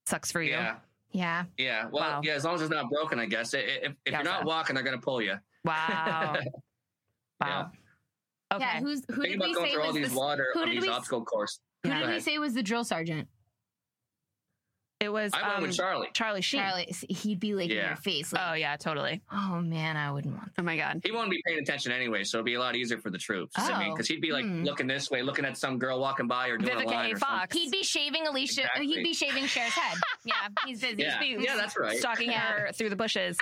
Speaker 3: sucks for you.
Speaker 4: Yeah,
Speaker 1: yeah.
Speaker 4: yeah. Well,
Speaker 3: Wow.
Speaker 4: yeah. As long as it's not broken, I guess. I- I- If, if
Speaker 3: Gotcha.
Speaker 4: you're not walking, they're going to pull you. (laughs)
Speaker 3: Wow, wow. Okay,
Speaker 1: Yeah. Who's who
Speaker 4: Think
Speaker 1: did
Speaker 4: about
Speaker 1: we
Speaker 4: going
Speaker 1: say
Speaker 4: through all
Speaker 1: was
Speaker 4: these
Speaker 1: the,
Speaker 4: water,
Speaker 1: who
Speaker 4: all
Speaker 1: did
Speaker 4: these
Speaker 1: we-
Speaker 4: obstacle course.
Speaker 1: who
Speaker 4: Go
Speaker 1: did we
Speaker 4: ahead.
Speaker 1: say was the drill sergeant?
Speaker 3: it was
Speaker 4: I went
Speaker 3: um,
Speaker 4: with Charlie.
Speaker 3: Charlie Sheen.
Speaker 1: Charlie. He'd be like in
Speaker 4: Yeah.
Speaker 1: your face. Like,
Speaker 3: Oh yeah, totally.
Speaker 1: oh man, I wouldn't want.
Speaker 3: Oh my god.
Speaker 4: He wouldn't be paying attention anyway, so it'd be a lot easier for the troops. I mean,
Speaker 1: Oh.
Speaker 4: because he'd be like
Speaker 1: Hmm.
Speaker 4: looking this way, looking at some girl walking by or doing a line
Speaker 3: Vivica
Speaker 4: or
Speaker 3: A.
Speaker 4: something.
Speaker 3: Fox.
Speaker 1: He'd be shaving Alicia. uh,
Speaker 4: Exactly.
Speaker 1: He'd be shaving Cher's head. (laughs) Yeah, he's busy.
Speaker 4: Yeah.
Speaker 3: be
Speaker 4: yeah, that's right.
Speaker 3: stalking
Speaker 1: Yeah.
Speaker 4: (laughs)
Speaker 3: her through the bushes.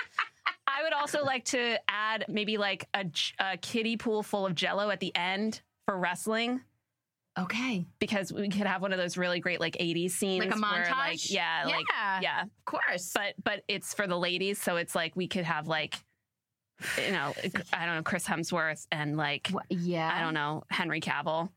Speaker 3: I would also like to add maybe like a, j- a kiddie pool full of jello at the end for wrestling
Speaker 1: Okay.
Speaker 3: because we could have one of those really great like 80s scenes
Speaker 1: Like a
Speaker 3: where,
Speaker 1: montage?
Speaker 3: like yeah, like
Speaker 1: yeah.
Speaker 3: yeah.
Speaker 1: Of course.
Speaker 3: But but it's for the ladies, so it's like we could have like you
Speaker 4: (sighs)
Speaker 3: know, I don't know, Chris Hemsworth and like
Speaker 1: Wha- yeah.
Speaker 3: I don't know, Henry Cavill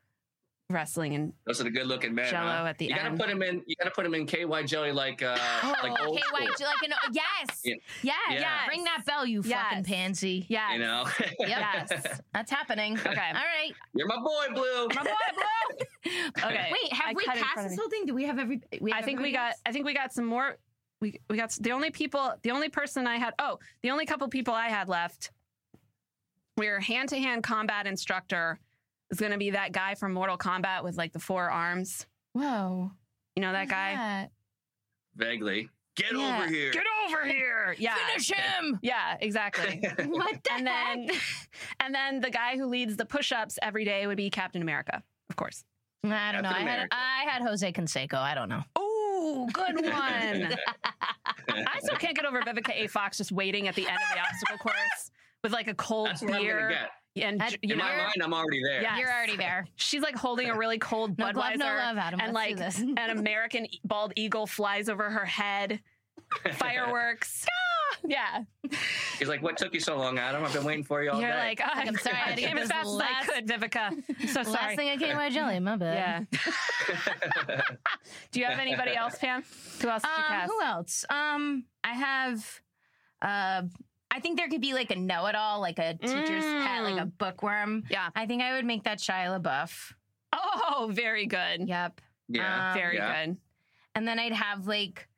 Speaker 3: wrestling and
Speaker 4: Those are the good-looking men.
Speaker 3: Jell-O
Speaker 4: huh?
Speaker 3: at the
Speaker 4: you gotta
Speaker 3: end.
Speaker 4: put him in. You gotta put him in KY jelly like
Speaker 1: (laughs)
Speaker 4: uh, like old
Speaker 1: okay, why
Speaker 4: school,
Speaker 1: do you like an yes,
Speaker 4: Yeah.
Speaker 1: yes,
Speaker 4: Yeah.
Speaker 1: Ring that bell, you
Speaker 3: Yes.
Speaker 1: fucking pansy.
Speaker 3: yeah.
Speaker 1: (laughs)
Speaker 4: You know, (laughs)
Speaker 1: Yes, that's happening. Okay, all right.
Speaker 4: you're my boy, Blue.
Speaker 1: My boy, Blue.
Speaker 3: Okay.
Speaker 1: Wait, have
Speaker 3: I
Speaker 1: we
Speaker 3: cut in
Speaker 1: passed
Speaker 3: front of
Speaker 1: this
Speaker 3: me.
Speaker 1: whole thing? Do we have every? We have
Speaker 3: I think we
Speaker 1: everybody
Speaker 3: got.
Speaker 1: else?
Speaker 3: I think we got some more. We we got s- the only people. The only person I had. Oh, the only couple people I had left. Your hand to hand combat instructor is going to be that guy from Mortal Kombat with like the four arms.
Speaker 1: Whoa,
Speaker 3: You know that guy.
Speaker 4: Vaguely. Get
Speaker 1: Yeah.
Speaker 4: over here. (laughs)
Speaker 3: over here. Yeah.
Speaker 1: Finish
Speaker 3: (laughs)
Speaker 1: him.
Speaker 3: Yeah. (laughs) Exactly.
Speaker 1: what the
Speaker 3: and then, (laughs)
Speaker 1: heck?
Speaker 3: and then the guy who leads the push ups every day would be Captain America, of course.
Speaker 1: I don't know. I
Speaker 4: Captain
Speaker 1: had
Speaker 4: America.
Speaker 1: I had Jose Canseco. I don't know.
Speaker 3: Oh, (laughs) good one. I still can't get over Vivica A. Fox just waiting at the end of the obstacle course with like a cold
Speaker 4: That's what I'm gonna
Speaker 3: beer.
Speaker 4: get.
Speaker 3: And
Speaker 1: At-
Speaker 3: you
Speaker 4: In
Speaker 3: know,
Speaker 4: my mind, I'm already there.
Speaker 3: Yeah. Yes.
Speaker 1: You're already
Speaker 3: (laughs)
Speaker 1: there.
Speaker 3: she's like holding
Speaker 1: (laughs)
Speaker 3: a really cold
Speaker 1: No
Speaker 3: Budweiser.
Speaker 1: glove, no love, Adam.
Speaker 3: And
Speaker 1: Let's
Speaker 3: like
Speaker 1: do
Speaker 3: (laughs)
Speaker 1: this.
Speaker 3: an American e- bald eagle flies over her
Speaker 1: (laughs)
Speaker 3: head. Fireworks. yeah.
Speaker 4: He's like, "What took you so long, Adam? I've been waiting for you all
Speaker 3: You're
Speaker 4: day."
Speaker 1: (laughs)
Speaker 3: like, oh,
Speaker 1: I'm sorry, I had to
Speaker 3: came
Speaker 1: get
Speaker 3: as
Speaker 1: this
Speaker 3: fast
Speaker 1: last-
Speaker 3: as I could, Vivica. I'm so sorry.
Speaker 1: Last thing I came my jelly. My bad.
Speaker 3: yeah.
Speaker 1: (laughs)
Speaker 3: Do you have anybody else, Pam? Who else did you
Speaker 1: Um,
Speaker 3: pass?
Speaker 1: who else? Um, I have. Uh, I think there could be like a know-it-all, like a teacher's pet, like a bookworm.
Speaker 3: Mm. Yeah.
Speaker 1: I think I would make that Shia LaBeouf.
Speaker 3: Oh, very good.
Speaker 1: Yep.
Speaker 4: yeah.
Speaker 1: Um,
Speaker 3: Very
Speaker 4: yeah.
Speaker 3: good.
Speaker 1: And then I'd have like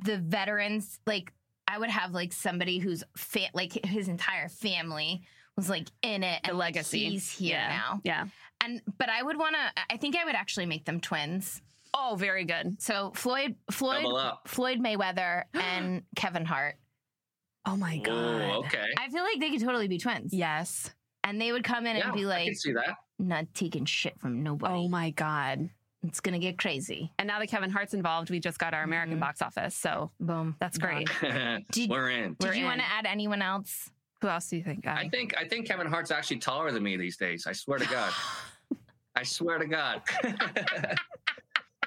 Speaker 1: the veterans. Like I would have like somebody who's fa- like his entire family was like in it.
Speaker 3: The
Speaker 1: and like,
Speaker 3: legacy.
Speaker 1: He's here
Speaker 3: Yeah.
Speaker 1: now.
Speaker 3: Yeah.
Speaker 1: And but I would want to. I think I would actually make them twins.
Speaker 3: Oh, very good.
Speaker 1: So Floyd, Floyd,
Speaker 4: Double up.
Speaker 1: Floyd
Speaker 3: (gasps)
Speaker 1: Mayweather and Kevin Hart.
Speaker 3: Oh my god.
Speaker 4: Ooh, okay.
Speaker 1: I feel like they could totally be twins.
Speaker 3: Yes.
Speaker 1: And they would come in
Speaker 4: yeah,
Speaker 1: and be
Speaker 4: I
Speaker 1: like,
Speaker 4: can see that.
Speaker 1: not taking shit from nobody.
Speaker 3: Oh my god.
Speaker 1: It's going to get crazy.
Speaker 3: And now that Kevin Hart's involved, we just got our American
Speaker 1: Mhm.
Speaker 3: box office. So
Speaker 1: Boom.
Speaker 3: that's
Speaker 1: Done.
Speaker 3: great.
Speaker 4: (laughs)
Speaker 1: Did-
Speaker 4: We're in.
Speaker 1: Did
Speaker 3: We're
Speaker 1: you
Speaker 3: in.
Speaker 1: want to add anyone else?
Speaker 3: Who else do you think?
Speaker 4: I
Speaker 3: Abby?
Speaker 4: think I think Kevin Hart's actually taller than me these days. I swear to God.
Speaker 3: (sighs)
Speaker 4: I swear to God. (laughs)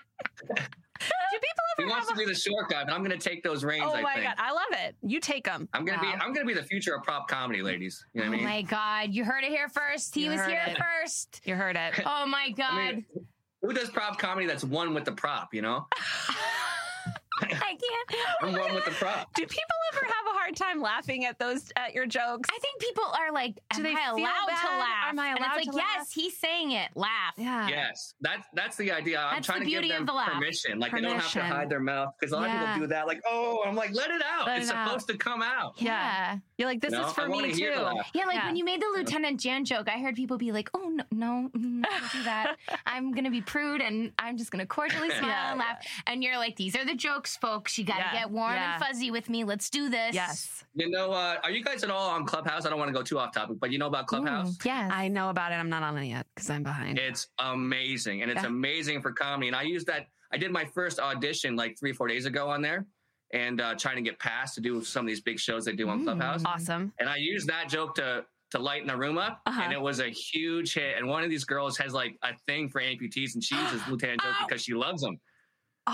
Speaker 3: do
Speaker 4: he
Speaker 3: people ever
Speaker 4: wants
Speaker 3: have
Speaker 4: to be the short guy, but I'm gonna take those reins,
Speaker 3: a- Oh
Speaker 4: I
Speaker 3: my
Speaker 4: think.
Speaker 3: god, I love it. You take them.
Speaker 4: I'm gonna be
Speaker 1: Wow.
Speaker 4: I'm gonna be the future of prop comedy, ladies. You know
Speaker 1: oh
Speaker 4: what I mean?
Speaker 1: my God. You heard it here first. He
Speaker 3: You
Speaker 1: was
Speaker 3: heard
Speaker 1: here
Speaker 3: it.
Speaker 1: first.
Speaker 3: You heard
Speaker 4: (laughs)
Speaker 3: it.
Speaker 1: Oh my God. I,
Speaker 4: I mean, (laughs) who does prop comedy that's one with the prop, you know?
Speaker 1: can't.
Speaker 4: I'm one with the prop.
Speaker 3: Do people ever have a hard time laughing at those at your jokes?
Speaker 1: I think people are like, am
Speaker 3: Do they
Speaker 1: I
Speaker 3: feel
Speaker 1: allowed to
Speaker 3: bad?
Speaker 1: laugh?
Speaker 3: Am I allowed
Speaker 1: and it's
Speaker 3: to
Speaker 1: like,
Speaker 3: laugh?
Speaker 1: yes, he's saying it. Laugh.
Speaker 3: Yeah.
Speaker 4: Yes, that's that's the idea. I'm
Speaker 1: That's
Speaker 4: trying
Speaker 1: the
Speaker 4: to give
Speaker 1: beauty of
Speaker 4: them
Speaker 1: the laugh.
Speaker 4: permission, like they don't have to
Speaker 3: Permission.
Speaker 4: hide their mouth because a lot of
Speaker 3: Yeah.
Speaker 4: people do that. Like, oh, I'm like, let it out.
Speaker 3: Let
Speaker 4: it's
Speaker 3: it out.
Speaker 4: supposed to come out.
Speaker 3: Yeah. You're like, this
Speaker 4: You know?
Speaker 3: is for
Speaker 4: I wanna
Speaker 3: me
Speaker 4: hear the
Speaker 3: too.
Speaker 4: laugh.
Speaker 1: Yeah, like
Speaker 3: Yeah.
Speaker 1: when you made the Lieutenant Jan joke, I heard people be like, "Oh no, no, no don't do
Speaker 3: (laughs)
Speaker 1: that. I'm gonna be prude, and I'm just gonna cordially smile
Speaker 3: Yeah.
Speaker 1: and laugh." And you're like, "These are the jokes, folks. You gotta
Speaker 3: Yeah.
Speaker 1: get warm
Speaker 3: Yeah.
Speaker 1: and fuzzy with me. Let's do this."
Speaker 3: Yes.
Speaker 4: You know, uh, are you guys at all on Clubhouse? I don't want to go too off topic, but you know
Speaker 3: Mm.
Speaker 4: about Clubhouse?
Speaker 1: Yes.
Speaker 3: I know about it. I'm not on it yet because I'm behind.
Speaker 4: It's amazing, and it's
Speaker 3: Yeah.
Speaker 4: amazing for comedy. And I used that. I did my first audition like three, four days ago on there, and uh, trying to get passed to do some of these big shows they do on
Speaker 1: Mm.
Speaker 4: Clubhouse.
Speaker 3: Mm-hmm. Awesome.
Speaker 4: And I used that joke to to lighten the room up,
Speaker 3: Uh-huh.
Speaker 4: and it was a huge hit. And one of these girls has like a thing for amputees, and she
Speaker 1: (gasps)
Speaker 4: uses Lieutenant Joke
Speaker 1: Oh.
Speaker 4: because she loves them.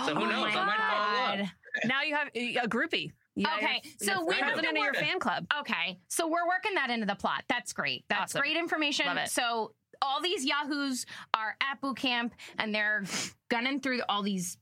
Speaker 4: So
Speaker 3: oh
Speaker 4: who
Speaker 3: my
Speaker 4: knows? I might follow up.
Speaker 3: now you have a groupie. You got
Speaker 1: Okay,
Speaker 3: your-
Speaker 1: so
Speaker 3: your
Speaker 1: we
Speaker 4: have
Speaker 3: president
Speaker 4: to
Speaker 3: of your
Speaker 4: work-
Speaker 3: fan club.
Speaker 1: Okay, so we're working that into the plot. That's great. That's
Speaker 3: Awesome.
Speaker 1: great information.
Speaker 3: Love it.
Speaker 1: So all these yahoos are at boot camp and they're gunning through all these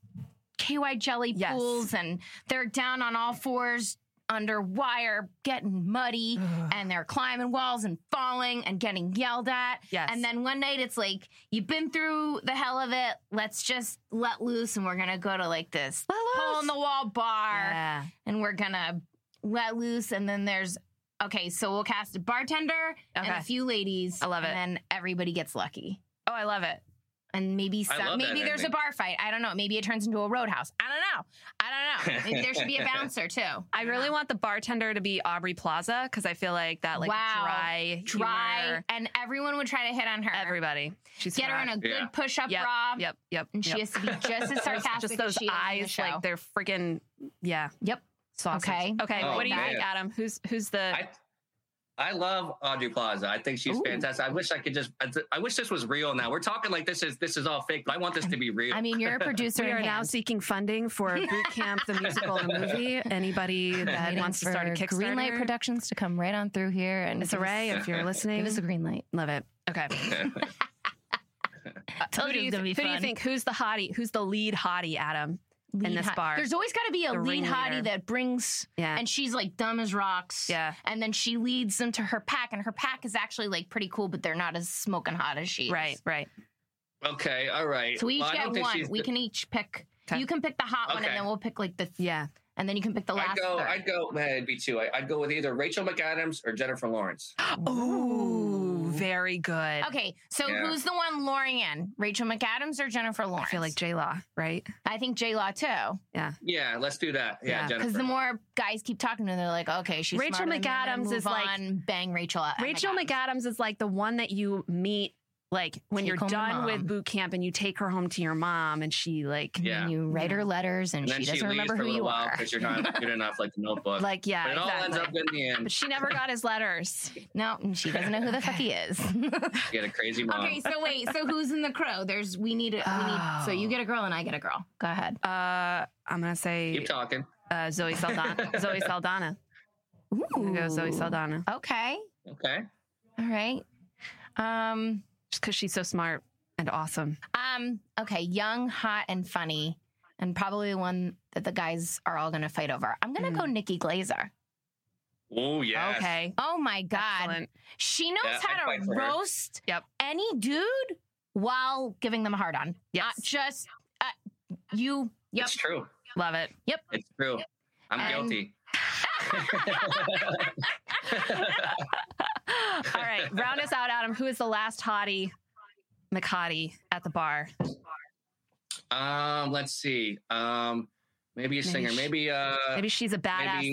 Speaker 1: KY jelly
Speaker 3: Yes.
Speaker 1: pools and they're down on all fours under wire, getting muddy, and they're climbing walls and falling and getting yelled at.
Speaker 3: Yes.
Speaker 1: And then one night it's like, you've been through the hell of it. Let's just let loose and we're gonna go to like this hole in the wall bar
Speaker 3: Yeah.
Speaker 1: and we're gonna let loose. And then there's okay, so we'll cast a bartender and
Speaker 3: Okay.
Speaker 1: a few ladies.
Speaker 3: I love it.
Speaker 1: And then everybody gets lucky.
Speaker 3: Oh, I love it.
Speaker 1: And maybe
Speaker 4: I
Speaker 1: some,
Speaker 4: love that
Speaker 1: maybe there's a
Speaker 4: ending.
Speaker 1: bar fight. I don't know. Maybe it turns into a roadhouse. I don't know. I
Speaker 4: (laughs)
Speaker 1: don't know. Maybe there should be a bouncer too.
Speaker 3: I really want the bartender to be Aubrey Plaza because I feel like that like
Speaker 1: Wow.
Speaker 3: dry,
Speaker 1: dry,
Speaker 3: humor,
Speaker 1: and everyone would try to hit on her.
Speaker 3: everybody. She's
Speaker 1: Get her in a good
Speaker 4: Yeah.
Speaker 1: push-up
Speaker 3: yep,
Speaker 1: bra,
Speaker 3: yep, yep,
Speaker 1: and she
Speaker 3: yep.
Speaker 1: has to be just as
Speaker 3: Those-
Speaker 1: sarcastic.
Speaker 3: (laughs) Just
Speaker 1: as
Speaker 3: those
Speaker 1: she is in the
Speaker 3: eyes,
Speaker 1: show.
Speaker 3: like they're freaking yeah.
Speaker 1: Yep.
Speaker 3: Sausage.
Speaker 1: Okay.
Speaker 3: Okay.
Speaker 4: Oh,
Speaker 3: what do you
Speaker 4: man.
Speaker 3: think, Adam? Who's who's the?
Speaker 4: I, I love Audrey Plaza. I think she's
Speaker 3: Ooh.
Speaker 4: fantastic. I wish I could just. I, th- I wish this was real. Now we're talking like this is this is all fake, but I want this to be real.
Speaker 1: I mean,
Speaker 3: (laughs)
Speaker 1: you're a producer.
Speaker 3: we
Speaker 1: in
Speaker 3: are now
Speaker 1: hand.
Speaker 3: seeking funding for Boot Camp, the musical, the movie. Anybody that
Speaker 5: Waiting
Speaker 3: wants to start a
Speaker 5: for
Speaker 3: Kickstarter,
Speaker 5: Greenlight Productions to come right on through here and
Speaker 3: Miss
Speaker 5: give us-
Speaker 3: Array, if you're listening,
Speaker 5: Give us a green light.
Speaker 3: love it. Okay. who
Speaker 1: Told
Speaker 3: do
Speaker 1: you it
Speaker 3: you,
Speaker 1: was gonna be
Speaker 3: who do you
Speaker 1: fun.
Speaker 3: think? Who's the hottie? Who's the lead hottie, Adam?
Speaker 1: Lead
Speaker 3: this
Speaker 1: hot-
Speaker 3: bar.
Speaker 1: There's always got to be a
Speaker 3: The
Speaker 1: lead
Speaker 3: ringleader.
Speaker 1: hottie that brings,
Speaker 3: Yeah.
Speaker 1: and she's like dumb as rocks.
Speaker 3: Yeah.
Speaker 1: And then she leads them to her pack, and her pack is actually like pretty cool, but they're not as smoking hot as she is.
Speaker 3: Right. Right.
Speaker 4: okay, all right.
Speaker 1: So we each
Speaker 4: Well, I don't
Speaker 1: get
Speaker 4: think
Speaker 1: one.
Speaker 4: she's
Speaker 1: We
Speaker 4: the-
Speaker 1: can each pick.
Speaker 3: Okay.
Speaker 1: You can pick the hot one,
Speaker 4: Okay.
Speaker 1: and then we'll pick like the,
Speaker 3: Yeah.
Speaker 1: and then you can pick the
Speaker 4: I'd
Speaker 1: last.
Speaker 4: go.
Speaker 1: third.
Speaker 4: I'd go. Man, it'd be two. I, I'd go with either Rachel McAdams or Jennifer Lawrence.
Speaker 3: Oh,
Speaker 5: Ooh.
Speaker 3: very good.
Speaker 1: Okay, so
Speaker 4: Yeah.
Speaker 1: who's the one luring in? Rachel McAdams or Jennifer
Speaker 3: I
Speaker 1: Lawrence?
Speaker 3: feel like J Law, right?
Speaker 1: I think J Law too,
Speaker 4: Yeah, let's do that. Yeah,
Speaker 3: Yeah, 'cause
Speaker 1: because
Speaker 4: Jennifer.
Speaker 1: the more guys keep talking to her, they're like, okay, she's
Speaker 3: Rachel
Speaker 1: smarter than me, I'm gonna
Speaker 3: McAdams
Speaker 1: move
Speaker 3: is like-
Speaker 1: on, bang Rachel. out.
Speaker 3: Rachel McAdams is like the one that you meet like when
Speaker 1: Take
Speaker 3: you're
Speaker 1: home to
Speaker 3: done
Speaker 1: mom.
Speaker 3: with boot camp and you take her home to your mom and she like
Speaker 4: yeah.
Speaker 5: And you write her letters and,
Speaker 4: and then
Speaker 5: she
Speaker 4: she,
Speaker 5: doesn't
Speaker 4: leaves
Speaker 5: remember
Speaker 4: for a
Speaker 5: who
Speaker 4: little
Speaker 5: you
Speaker 4: while
Speaker 5: are.
Speaker 4: because you're not good enough, like the
Speaker 1: (laughs)
Speaker 4: Notebook.
Speaker 3: like yeah,
Speaker 4: but it all
Speaker 3: exactly.
Speaker 4: ends up in the
Speaker 3: but
Speaker 4: end.
Speaker 3: she never got his letters.
Speaker 1: No, and she doesn't know who the fuck he
Speaker 4: (laughs)
Speaker 1: is.
Speaker 4: You get a crazy mom.
Speaker 1: Okay, so wait, so who's in the crow? There's we need a we need so you get a girl and I get a girl. Go ahead.
Speaker 3: (laughs) Uh I'm gonna say
Speaker 4: Keep talking.
Speaker 3: uh, Zoe
Speaker 4: (laughs)
Speaker 3: Saldana. Zoe Saldana. I'm gonna go Zoe Saldana.
Speaker 1: Okay.
Speaker 4: Okay.
Speaker 1: All right. Um
Speaker 3: Just cause she's so smart and awesome.
Speaker 1: um okay, young, hot and funny and probably one that the guys are all going to fight over. I'm going to
Speaker 3: Mm.
Speaker 1: go Nikki Glazer.
Speaker 4: Oh yes.
Speaker 3: Okay.
Speaker 1: Oh my god.
Speaker 3: Excellent.
Speaker 1: She knows
Speaker 4: Yeah, I'd
Speaker 1: how
Speaker 4: fight
Speaker 1: to
Speaker 4: for her.
Speaker 1: roast
Speaker 3: Yep.
Speaker 1: any dude while giving them a hard on.
Speaker 3: Yes.
Speaker 1: Uh, just uh, you yep.
Speaker 4: It's true.
Speaker 3: (laughs) Love it.
Speaker 4: (laughs) It's true. I'm
Speaker 1: And-
Speaker 4: guilty. (laughs)
Speaker 3: All right, round us out, Adam. Who is the last hottie, McHottie, at the bar?
Speaker 4: um, let's see. Um, maybe a singer.
Speaker 3: she-
Speaker 4: Maybe uh,
Speaker 3: Maybe she's a badass.
Speaker 4: maybe-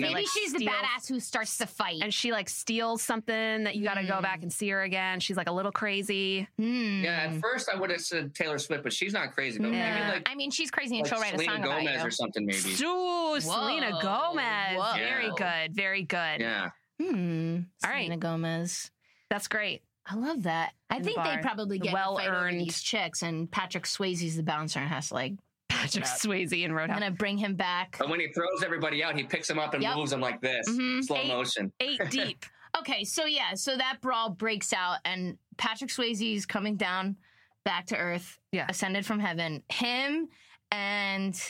Speaker 3: that,
Speaker 1: Maybe
Speaker 3: like,
Speaker 1: she's the
Speaker 3: steals-
Speaker 1: badass who starts the fight.
Speaker 3: And she like steals something that you got to go
Speaker 1: Mm.
Speaker 3: back and see her again. She's like a little crazy.
Speaker 1: Hmm.
Speaker 4: yeah. At first, I would have said Taylor Swift, but she's not crazy though.
Speaker 3: Yeah.
Speaker 4: Maybe like,
Speaker 1: I mean, she's crazy and
Speaker 4: like
Speaker 1: she'll write a
Speaker 4: Selena
Speaker 1: song
Speaker 4: Gomez
Speaker 1: about
Speaker 4: or
Speaker 1: you.
Speaker 4: something. Maybe.
Speaker 3: Ooh, Selena
Speaker 1: Whoa.
Speaker 3: Gomez.
Speaker 1: Whoa.
Speaker 3: Very good. Very good.
Speaker 4: yeah.
Speaker 1: Hmm.
Speaker 3: All right.
Speaker 1: Selena Gomez.
Speaker 3: That's great. (laughs)
Speaker 1: I love that. I
Speaker 3: In the
Speaker 1: think they
Speaker 3: bar.
Speaker 1: probably
Speaker 3: The
Speaker 1: get well
Speaker 3: well-earned-
Speaker 1: earned these chicks, and Patrick Swayze's the bouncer and has to like,
Speaker 3: Patrick Swayze and
Speaker 1: I'm
Speaker 3: Roadhouse.
Speaker 1: gonna bring him back.
Speaker 4: But when he throws everybody out, he picks them up and
Speaker 1: Yep.
Speaker 4: moves them like this,
Speaker 1: Mhm.
Speaker 4: slow
Speaker 1: Eight-
Speaker 4: motion.
Speaker 3: Eight
Speaker 1: (laughs)
Speaker 3: deep.
Speaker 1: Okay, so yeah, so that brawl breaks out, and Patrick Swayze's coming down back to earth,
Speaker 3: Yeah.
Speaker 1: ascended from heaven. Him and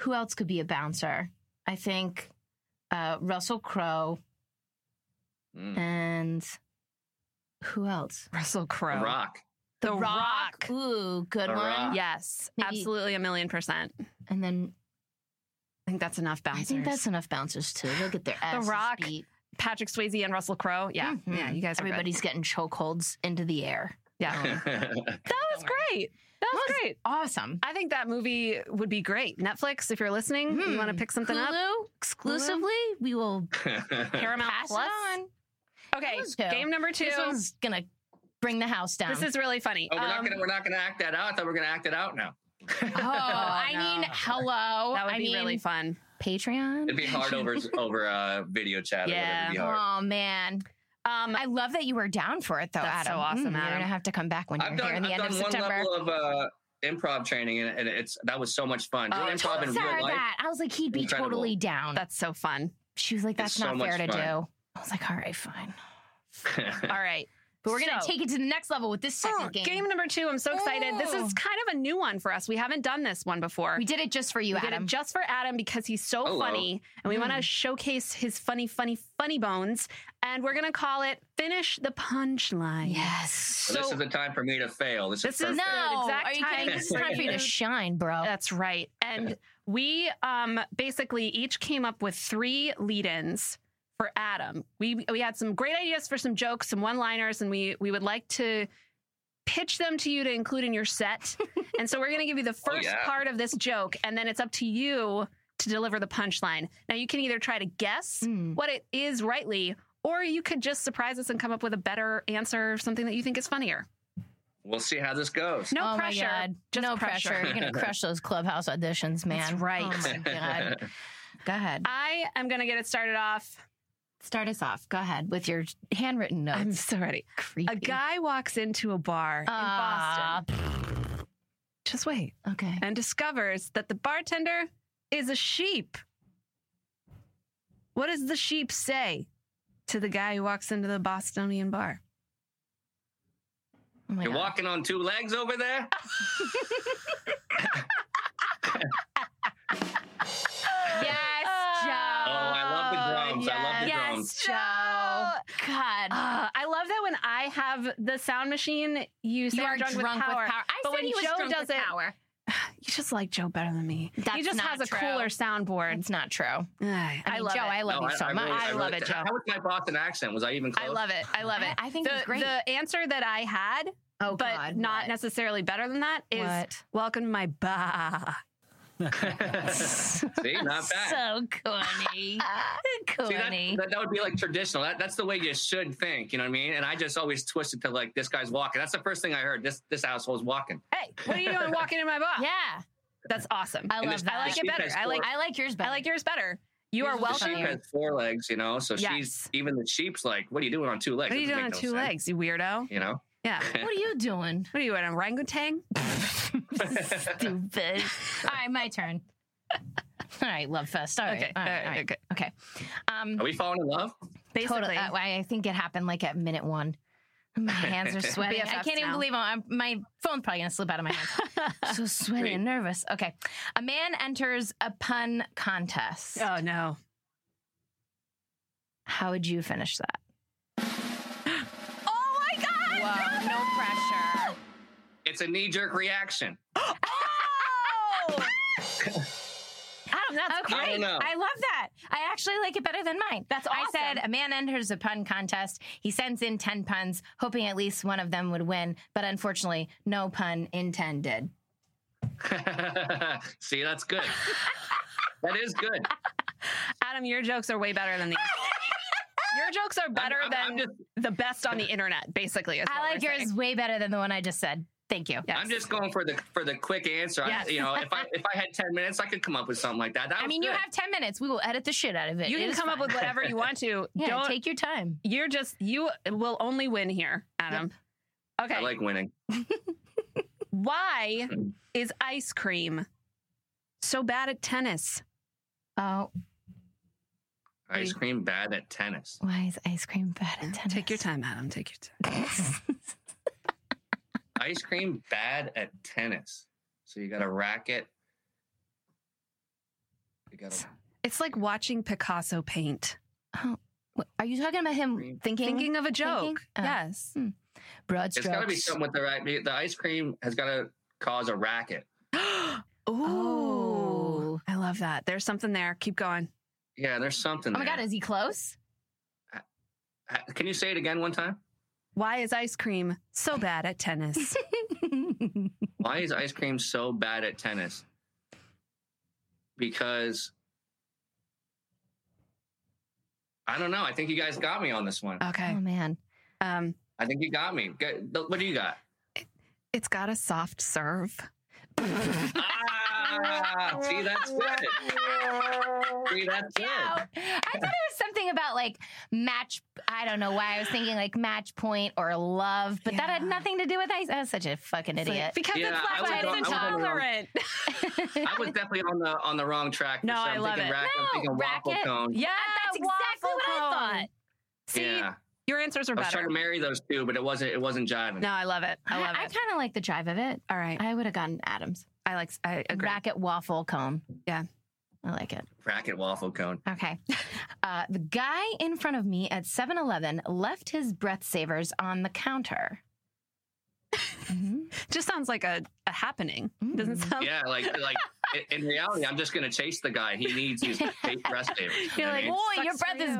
Speaker 1: who else could be a bouncer? I think uh, Russell Crowe
Speaker 4: Mm.
Speaker 1: and who else?
Speaker 3: Russell Crowe.
Speaker 4: The Rock.
Speaker 3: The Rock.
Speaker 1: Ooh, good
Speaker 4: The
Speaker 1: one.
Speaker 4: Rock.
Speaker 3: Yes,
Speaker 1: Maybe-
Speaker 3: absolutely a million percent. I
Speaker 1: And then
Speaker 3: think that's enough bouncers.
Speaker 1: I think that's enough bouncers too. They'll get their asses
Speaker 3: Rock.
Speaker 1: beat.
Speaker 3: Patrick Swayze and Russell Crowe. Yeah,
Speaker 1: Mhm.
Speaker 3: yeah. You guys, are good.
Speaker 1: Everybody's getting chokeholds into the air. (laughs)
Speaker 3: Yeah, that was
Speaker 4: (laughs)
Speaker 1: Don't worry.
Speaker 3: great. That was
Speaker 1: That was-
Speaker 3: great.
Speaker 1: Awesome.
Speaker 3: I think that movie would be great. Netflix, if you're listening, you
Speaker 1: Hmm.
Speaker 3: want to pick something up.
Speaker 1: Hulu exclusively. We will
Speaker 3: Paramount
Speaker 1: pass
Speaker 3: Plus.
Speaker 1: it on.
Speaker 3: Okay,
Speaker 1: Let's go.
Speaker 3: game number two.
Speaker 1: This one's gonna bring the house down. (laughs)
Speaker 3: This is really funny.
Speaker 4: oh, we're not
Speaker 3: Um,
Speaker 4: gonna we're not gonna act that out. I thought we were gonna act it out now.
Speaker 1: oh, I
Speaker 3: no.
Speaker 1: mean, hello.
Speaker 3: that would
Speaker 1: I
Speaker 3: be
Speaker 1: mean,
Speaker 3: really fun.
Speaker 5: Patreon.
Speaker 4: It'd be
Speaker 1: (laughs)
Speaker 4: hard over over uh, video chat.
Speaker 3: Yeah.
Speaker 4: Or whatever. It'd be hard.
Speaker 1: Oh man,
Speaker 3: Um,
Speaker 1: I love that you were down for it though,
Speaker 3: That's so
Speaker 1: Adam. Mm,
Speaker 3: awesome,
Speaker 1: You're
Speaker 3: Adam.
Speaker 1: gonna have to come back when you're
Speaker 4: I've
Speaker 1: here
Speaker 4: done,
Speaker 1: Oh, in the
Speaker 4: I've
Speaker 1: end of
Speaker 4: done one
Speaker 1: September.
Speaker 4: level of uh, improv training, and, and it's that was so much fun.
Speaker 3: Oh,
Speaker 4: Doing improv
Speaker 1: Told
Speaker 4: in real
Speaker 1: Sarah
Speaker 4: life.
Speaker 1: that I was like, he'd be
Speaker 4: Incredible.
Speaker 1: totally down.
Speaker 3: that's so fun.
Speaker 1: she was like, "That's
Speaker 4: It's so
Speaker 1: not
Speaker 4: much
Speaker 1: fair to
Speaker 4: fun. (laughs)
Speaker 1: do." I was like, "All right, fine."
Speaker 3: All right,
Speaker 1: But we're gonna
Speaker 3: So-
Speaker 1: take it to the next level with this second
Speaker 3: Oh,
Speaker 1: game.
Speaker 3: game number two. I'm so excited. This
Speaker 1: Oh.
Speaker 3: is kind of a new one for us. We haven't done this one before.
Speaker 1: We did it just for you,
Speaker 3: We did
Speaker 1: Adam. Mm.
Speaker 3: it just for Adam because he's so
Speaker 4: Hello.
Speaker 3: funny, and we want to showcase his funny, funny, funny bones. And we're gonna call it "Finish the Punchline."
Speaker 1: yes.
Speaker 4: this
Speaker 3: so-
Speaker 4: is the time for me to fail. This,
Speaker 3: This
Speaker 4: is,
Speaker 3: is-
Speaker 4: perfect.
Speaker 3: the
Speaker 1: No,
Speaker 3: exact
Speaker 1: are you kidding?
Speaker 4: time
Speaker 1: This is time for you to (laughs)
Speaker 4: frame.
Speaker 1: shine, bro.
Speaker 3: That's right. And we um, basically each came up with three lead-ins for Adam. We we had some great ideas for some jokes, some one-liners, and we we would like to pitch them to you to include in
Speaker 1: (laughs)
Speaker 3: your set. and so we're going to give you the
Speaker 1: Oh,
Speaker 3: first
Speaker 4: yeah.
Speaker 3: part of this joke, and then it's up to you to deliver the punchline. Now you can either try to guess
Speaker 1: Mm.
Speaker 3: what it is rightly, or you could just surprise us and come up with a better answer, or something that you think is funnier.
Speaker 4: We'll see how this goes. (laughs)
Speaker 3: No
Speaker 1: oh
Speaker 3: pressure.
Speaker 1: My God.
Speaker 3: Just
Speaker 1: no
Speaker 3: pressure.
Speaker 1: pressure. You're
Speaker 3: (laughs)
Speaker 1: gonna crush those clubhouse auditions, man.
Speaker 3: That's right.
Speaker 1: Oh
Speaker 3: (laughs)
Speaker 1: my God. Go ahead.
Speaker 3: I am going to get it started off.
Speaker 1: Start us off. Go ahead with your handwritten notes.
Speaker 3: I'm so ready.
Speaker 1: creepy.
Speaker 3: A guy walks into a bar in
Speaker 1: Ah,
Speaker 3: Boston. Just wait.
Speaker 1: Okay.
Speaker 3: And discovers that the bartender is a sheep. What does the sheep say to the guy who walks into the Bostonian bar?
Speaker 1: Oh my
Speaker 4: You're
Speaker 1: God.
Speaker 4: walking on two legs over there?
Speaker 3: Yes,
Speaker 1: Joe.
Speaker 4: Oh, I love the drums. I love the
Speaker 1: yes.
Speaker 4: drums.
Speaker 1: Joe. Oh, God.
Speaker 3: Uh, I love that when I have the sound machine, you say
Speaker 1: you are
Speaker 3: I'm drunk, with power.
Speaker 1: I
Speaker 3: But
Speaker 1: said
Speaker 3: when
Speaker 1: he was
Speaker 3: Joe
Speaker 1: drunk
Speaker 3: does
Speaker 1: with
Speaker 3: it-
Speaker 1: power.
Speaker 3: (sighs) You just like Joe better than me.
Speaker 1: That's
Speaker 3: he just
Speaker 1: not
Speaker 3: has a
Speaker 1: true.
Speaker 3: cooler soundboard.
Speaker 1: It's not true. (sighs) I,
Speaker 3: Ugh, I
Speaker 1: mean,
Speaker 3: love
Speaker 1: Joe,
Speaker 3: it.
Speaker 1: I love
Speaker 4: No,
Speaker 1: you so much.
Speaker 4: really-
Speaker 3: I love
Speaker 4: really-
Speaker 3: it, Joe.
Speaker 4: How was my Boston accent? Was I even close?
Speaker 3: I love it. I love
Speaker 1: I-
Speaker 3: it.
Speaker 1: I think
Speaker 3: the,
Speaker 1: it's great.
Speaker 3: the answer that I had,
Speaker 1: oh,
Speaker 3: but
Speaker 1: God,
Speaker 3: not
Speaker 1: what?
Speaker 3: necessarily better than that, is
Speaker 1: What?
Speaker 3: welcome to my bar.
Speaker 4: See,
Speaker 3: (laughs)
Speaker 4: not bad.
Speaker 1: So corny.
Speaker 4: See, that,
Speaker 1: corny.
Speaker 4: that, that would be like traditional. That, that's the way you should think. You know what I mean? And I just always twist it to like this guy's walking. That's the first thing I heard. This this asshole's walking.
Speaker 3: Hey, what are you doing walking in my bar?
Speaker 1: yeah.
Speaker 3: That's awesome.
Speaker 1: I
Speaker 4: And
Speaker 1: love
Speaker 4: the-
Speaker 1: that.
Speaker 4: the
Speaker 3: I like it
Speaker 4: sheep
Speaker 3: better.
Speaker 4: has
Speaker 3: I like-
Speaker 4: four-
Speaker 1: I like yours better.
Speaker 3: I like yours better. You
Speaker 1: Yours
Speaker 3: are
Speaker 1: is
Speaker 4: the
Speaker 3: welcome.
Speaker 4: sheep
Speaker 1: funnier.
Speaker 4: has four legs. You know, so she's
Speaker 3: Yes.
Speaker 4: even the sheep's like, what are you doing on two legs?
Speaker 3: What are you
Speaker 4: Doesn't
Speaker 3: doing on
Speaker 4: make
Speaker 3: two
Speaker 4: no sense,
Speaker 3: legs, you weirdo?
Speaker 4: You know.
Speaker 3: Yeah.
Speaker 1: What are you
Speaker 3: (laughs)
Speaker 1: doing?
Speaker 3: What are you, an orangutan?
Speaker 1: Stupid. All right, my turn. All right, love fest. All right,
Speaker 3: Okay.
Speaker 1: all right, all right.
Speaker 3: okay.
Speaker 1: okay. Um,
Speaker 4: Are we falling in love?
Speaker 3: Oh, Basically,
Speaker 1: totally. uh, I I think it happened like at minute one. My
Speaker 3: (laughs)
Speaker 1: hands are sweating. I
Speaker 3: BFFs
Speaker 1: can't even
Speaker 3: now.
Speaker 1: believe I'm, I'm- my phone's probably gonna slip out of my
Speaker 3: (laughs)
Speaker 1: hands. so sweaty and nervous. Okay, a man enters a pun contest.
Speaker 3: oh no.
Speaker 1: How would you finish that?
Speaker 3: (gasps) Oh my God!
Speaker 1: Whoa, no pressure.
Speaker 4: It's a knee jerk reaction. (laughs)
Speaker 3: Oh! Adam, that's
Speaker 1: Okay.
Speaker 4: I
Speaker 3: great.
Speaker 4: don't know.
Speaker 1: I love that. I actually like it better than mine.
Speaker 3: That's
Speaker 1: I said
Speaker 3: awesome.
Speaker 1: a man enters a pun contest. He sends in 10 puns, hoping at least one of them would win, but unfortunately, no pun intended.
Speaker 4: See, that's good.
Speaker 3: (laughs)
Speaker 4: that is good.
Speaker 3: Adam, your jokes are way better than these. your jokes are better
Speaker 4: I'm- I'm
Speaker 3: than
Speaker 4: just-
Speaker 3: the best on the internet, basically. Is
Speaker 1: I
Speaker 3: what
Speaker 1: like
Speaker 3: we're
Speaker 1: yours
Speaker 3: saying.
Speaker 1: way better than the one I just said. Thank you.
Speaker 3: Yes.
Speaker 4: I'm just going for the for the quick answer. I-
Speaker 3: Yes.
Speaker 4: you know, if I if I had ten minutes, I could come up with something like that. that
Speaker 1: I
Speaker 4: was
Speaker 1: mean, you
Speaker 4: good.
Speaker 1: have 10 minutes. We will edit the shit out of it.
Speaker 3: You
Speaker 1: It
Speaker 3: can
Speaker 1: is
Speaker 3: come up
Speaker 1: fine.
Speaker 3: with whatever you want to.
Speaker 1: Yeah,
Speaker 3: Don't.
Speaker 1: take your time.
Speaker 3: you're just you will only win here, Adam. Okay.
Speaker 4: I like winning.
Speaker 3: Why is ice cream so bad at tennis?
Speaker 1: Oh,
Speaker 4: Ice cream bad at tennis.
Speaker 1: why is ice cream bad at tennis?
Speaker 3: Take your time, Adam. Take your time.
Speaker 4: Ice cream bad at tennis. So you got a racket. You got a,
Speaker 3: It's like watching Picasso paint.
Speaker 1: (laughs) What- Are you talking about him thinking,
Speaker 3: Thinking of a joke.
Speaker 1: Thinking? Oh.
Speaker 3: (gasps) Yes.
Speaker 1: broad
Speaker 4: it's
Speaker 1: strokes?
Speaker 4: got to be something with the right. The ice cream has got to cause a racket.
Speaker 3: Ooh. I love that. There's something there. Keep going.
Speaker 4: Yeah, there's something.
Speaker 1: Oh my
Speaker 4: there.
Speaker 1: God, is he close?
Speaker 4: Uh, Can you say it again one time?
Speaker 3: Why is ice cream so bad at (laughs) tennis?
Speaker 4: Why is ice cream so bad at tennis? Because I don't know. I think you guys got me on this one.
Speaker 1: (laughs)
Speaker 3: Okay.
Speaker 1: Oh, man.
Speaker 3: Um,
Speaker 4: I think you got me. Get- What do you got?
Speaker 3: it's got a soft serve.
Speaker 4: ah, see,
Speaker 3: (laughs)
Speaker 1: (laughs)
Speaker 4: that's good. See, that's good.
Speaker 1: out. I thought it was something about like match. I don't know why I was thinking like match point or love, but that had
Speaker 3: Yeah.
Speaker 1: nothing to do with ice. I was such a fucking
Speaker 3: It's like-
Speaker 1: idiot.
Speaker 3: because
Speaker 4: Yeah, I
Speaker 3: it's
Speaker 4: was
Speaker 3: lactose
Speaker 4: on- I was on the wrong-
Speaker 3: intolerant.
Speaker 4: (laughs) I was definitely on the on the wrong track. for
Speaker 3: No,
Speaker 4: sure.
Speaker 3: I
Speaker 4: I'm
Speaker 3: love
Speaker 4: thinking
Speaker 3: it.
Speaker 4: Racket, I'm
Speaker 1: No,
Speaker 4: thinking waffle
Speaker 1: racket.
Speaker 4: cone.
Speaker 3: Yeah,
Speaker 1: That's exactly
Speaker 3: waffle
Speaker 1: what I
Speaker 3: cone.
Speaker 1: thought.
Speaker 3: See,
Speaker 4: Yeah.
Speaker 3: Your answers are
Speaker 4: I was
Speaker 3: better.
Speaker 4: trying to marry those two, but it wasn't. It wasn't jiving.
Speaker 3: No, I love it. I love
Speaker 1: I
Speaker 3: it.
Speaker 1: kind of like the drive of it.
Speaker 3: All right.
Speaker 1: I would have gotten Adams.
Speaker 3: I like, I agree.
Speaker 1: Racket waffle cone.
Speaker 3: Yeah.
Speaker 1: I like it.
Speaker 4: Bracket waffle cone.
Speaker 1: Okay. Uh, the guy in front of me at 7 Eleven left his breath savers on the counter. Mhm.
Speaker 3: Just sounds like a, a happening. Doesn't
Speaker 1: Mm.
Speaker 3: sound
Speaker 4: Yeah, like like in- in reality, I'm just gonna chase the guy. He needs
Speaker 3: (laughs)
Speaker 4: his fake breast savers.
Speaker 1: You're
Speaker 4: I
Speaker 1: like,
Speaker 4: mean,
Speaker 1: boy, your
Speaker 3: Sucks for
Speaker 1: breath is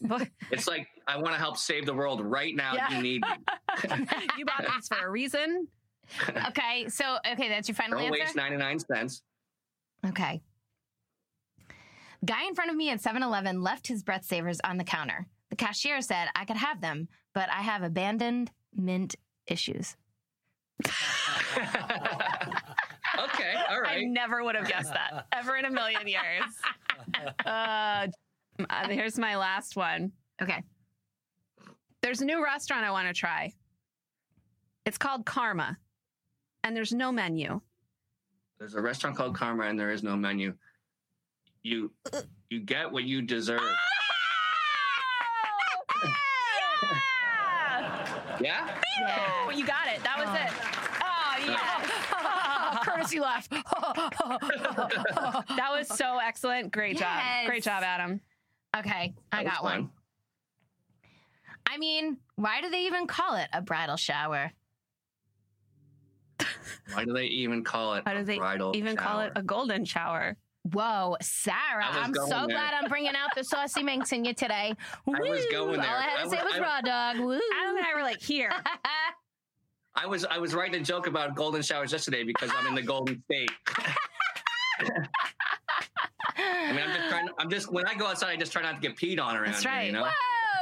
Speaker 3: you."
Speaker 1: bad.
Speaker 4: it's like I want to help save the world right now.
Speaker 3: Yeah. (laughs)
Speaker 4: You need. me.
Speaker 3: you bought these for a reason.
Speaker 1: Okay. So, okay, that's your final
Speaker 4: Don't waste
Speaker 1: answer?
Speaker 4: 99 cents. (laughs)
Speaker 1: Okay. Guy in front of me at 7 Eleven left his breath savers on the counter. The cashier said I could have them, but I have abandoned mint issues.
Speaker 4: Okay, all
Speaker 3: I
Speaker 4: right.
Speaker 3: never would have guessed
Speaker 4: (laughs)
Speaker 3: that ever in a million years. uh, uh, here's my last one.
Speaker 1: Okay.
Speaker 3: There's a new restaurant I want to try. It's called Karma, and there's no menu.
Speaker 4: There's a restaurant called Karma, and there is no menu. You you get what you deserve.
Speaker 3: Ah!
Speaker 4: Yeah.
Speaker 1: (laughs)
Speaker 3: Oh, you got it. That was it. Oh, yeah.
Speaker 1: Courtesy (laughs) laugh.
Speaker 3: that was so excellent. Great
Speaker 1: Yes.
Speaker 3: job. Great job, Adam.
Speaker 1: okay, I
Speaker 4: That was
Speaker 1: got one.
Speaker 4: fun.
Speaker 1: I mean, why do they even call it a bridal shower?
Speaker 4: Why do they even call it?
Speaker 3: How
Speaker 4: a
Speaker 3: do they
Speaker 4: bridal
Speaker 3: even call it
Speaker 4: shower?
Speaker 3: a golden shower?
Speaker 1: Whoa, Sarah,
Speaker 4: I was
Speaker 1: I'm so
Speaker 4: going there.
Speaker 1: glad I'm bringing out the saucy minx in you today.
Speaker 4: (laughs) I was
Speaker 1: Woo!
Speaker 4: going there.
Speaker 1: All I had to
Speaker 4: I
Speaker 1: say was
Speaker 4: was- I-
Speaker 1: raw dog.
Speaker 4: (laughs)
Speaker 1: Woo.
Speaker 3: Adam and I were like, (laughs) here.
Speaker 4: I was I was writing a joke about golden showers yesterday because I'm in the Golden State. I mean, I'm just trying. I'm just when I go outside, I just try not to get peed on around
Speaker 3: That's
Speaker 4: here.
Speaker 3: right.
Speaker 4: You know?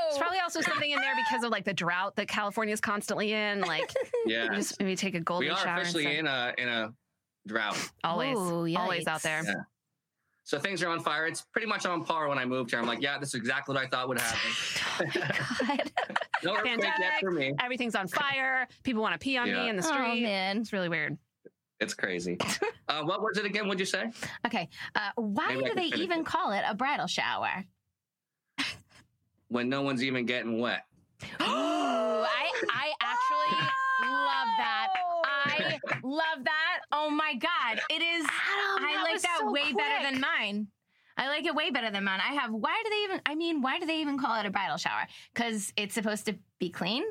Speaker 3: There's (laughs) probably also something in there because of like the drought that California's constantly in.
Speaker 4: (laughs)
Speaker 3: Like,
Speaker 4: Yeah.
Speaker 3: we just maybe take a golden
Speaker 4: we are
Speaker 3: shower.
Speaker 4: officially
Speaker 3: instead.
Speaker 4: in a in a drought.
Speaker 3: Always,
Speaker 1: Ooh,
Speaker 3: always out
Speaker 1: yikes.
Speaker 3: there.
Speaker 4: Yeah. So things are on fire. It's pretty much on par when I moved here. I'm like, yeah, this is exactly what I thought would happen. (laughs)
Speaker 1: God.
Speaker 3: (laughs)
Speaker 4: no earthquake yet
Speaker 3: Pandemic.
Speaker 4: for me.
Speaker 3: Everything's on fire. People want to pee on
Speaker 4: Yeah.
Speaker 3: me in the street.
Speaker 1: Oh man.
Speaker 3: It's really weird. (laughs)
Speaker 4: It's crazy. uh, what was it again? Would you say?
Speaker 1: Okay. Uh, why
Speaker 4: Maybe I
Speaker 1: do
Speaker 4: can
Speaker 1: they
Speaker 4: finish
Speaker 1: even
Speaker 4: it.
Speaker 1: call it a bridal shower? (gasps)
Speaker 4: When no one's even getting wet.
Speaker 3: (laughs)
Speaker 1: Ooh, I I actually love that.
Speaker 4: Oh.
Speaker 1: I love that. Oh my god, it is.
Speaker 4: Um,
Speaker 1: I like that way better than mine. I like it way better than mine. I have. Why do they even? I mean, why do they even call it a bridal shower? Because it's supposed to be clean,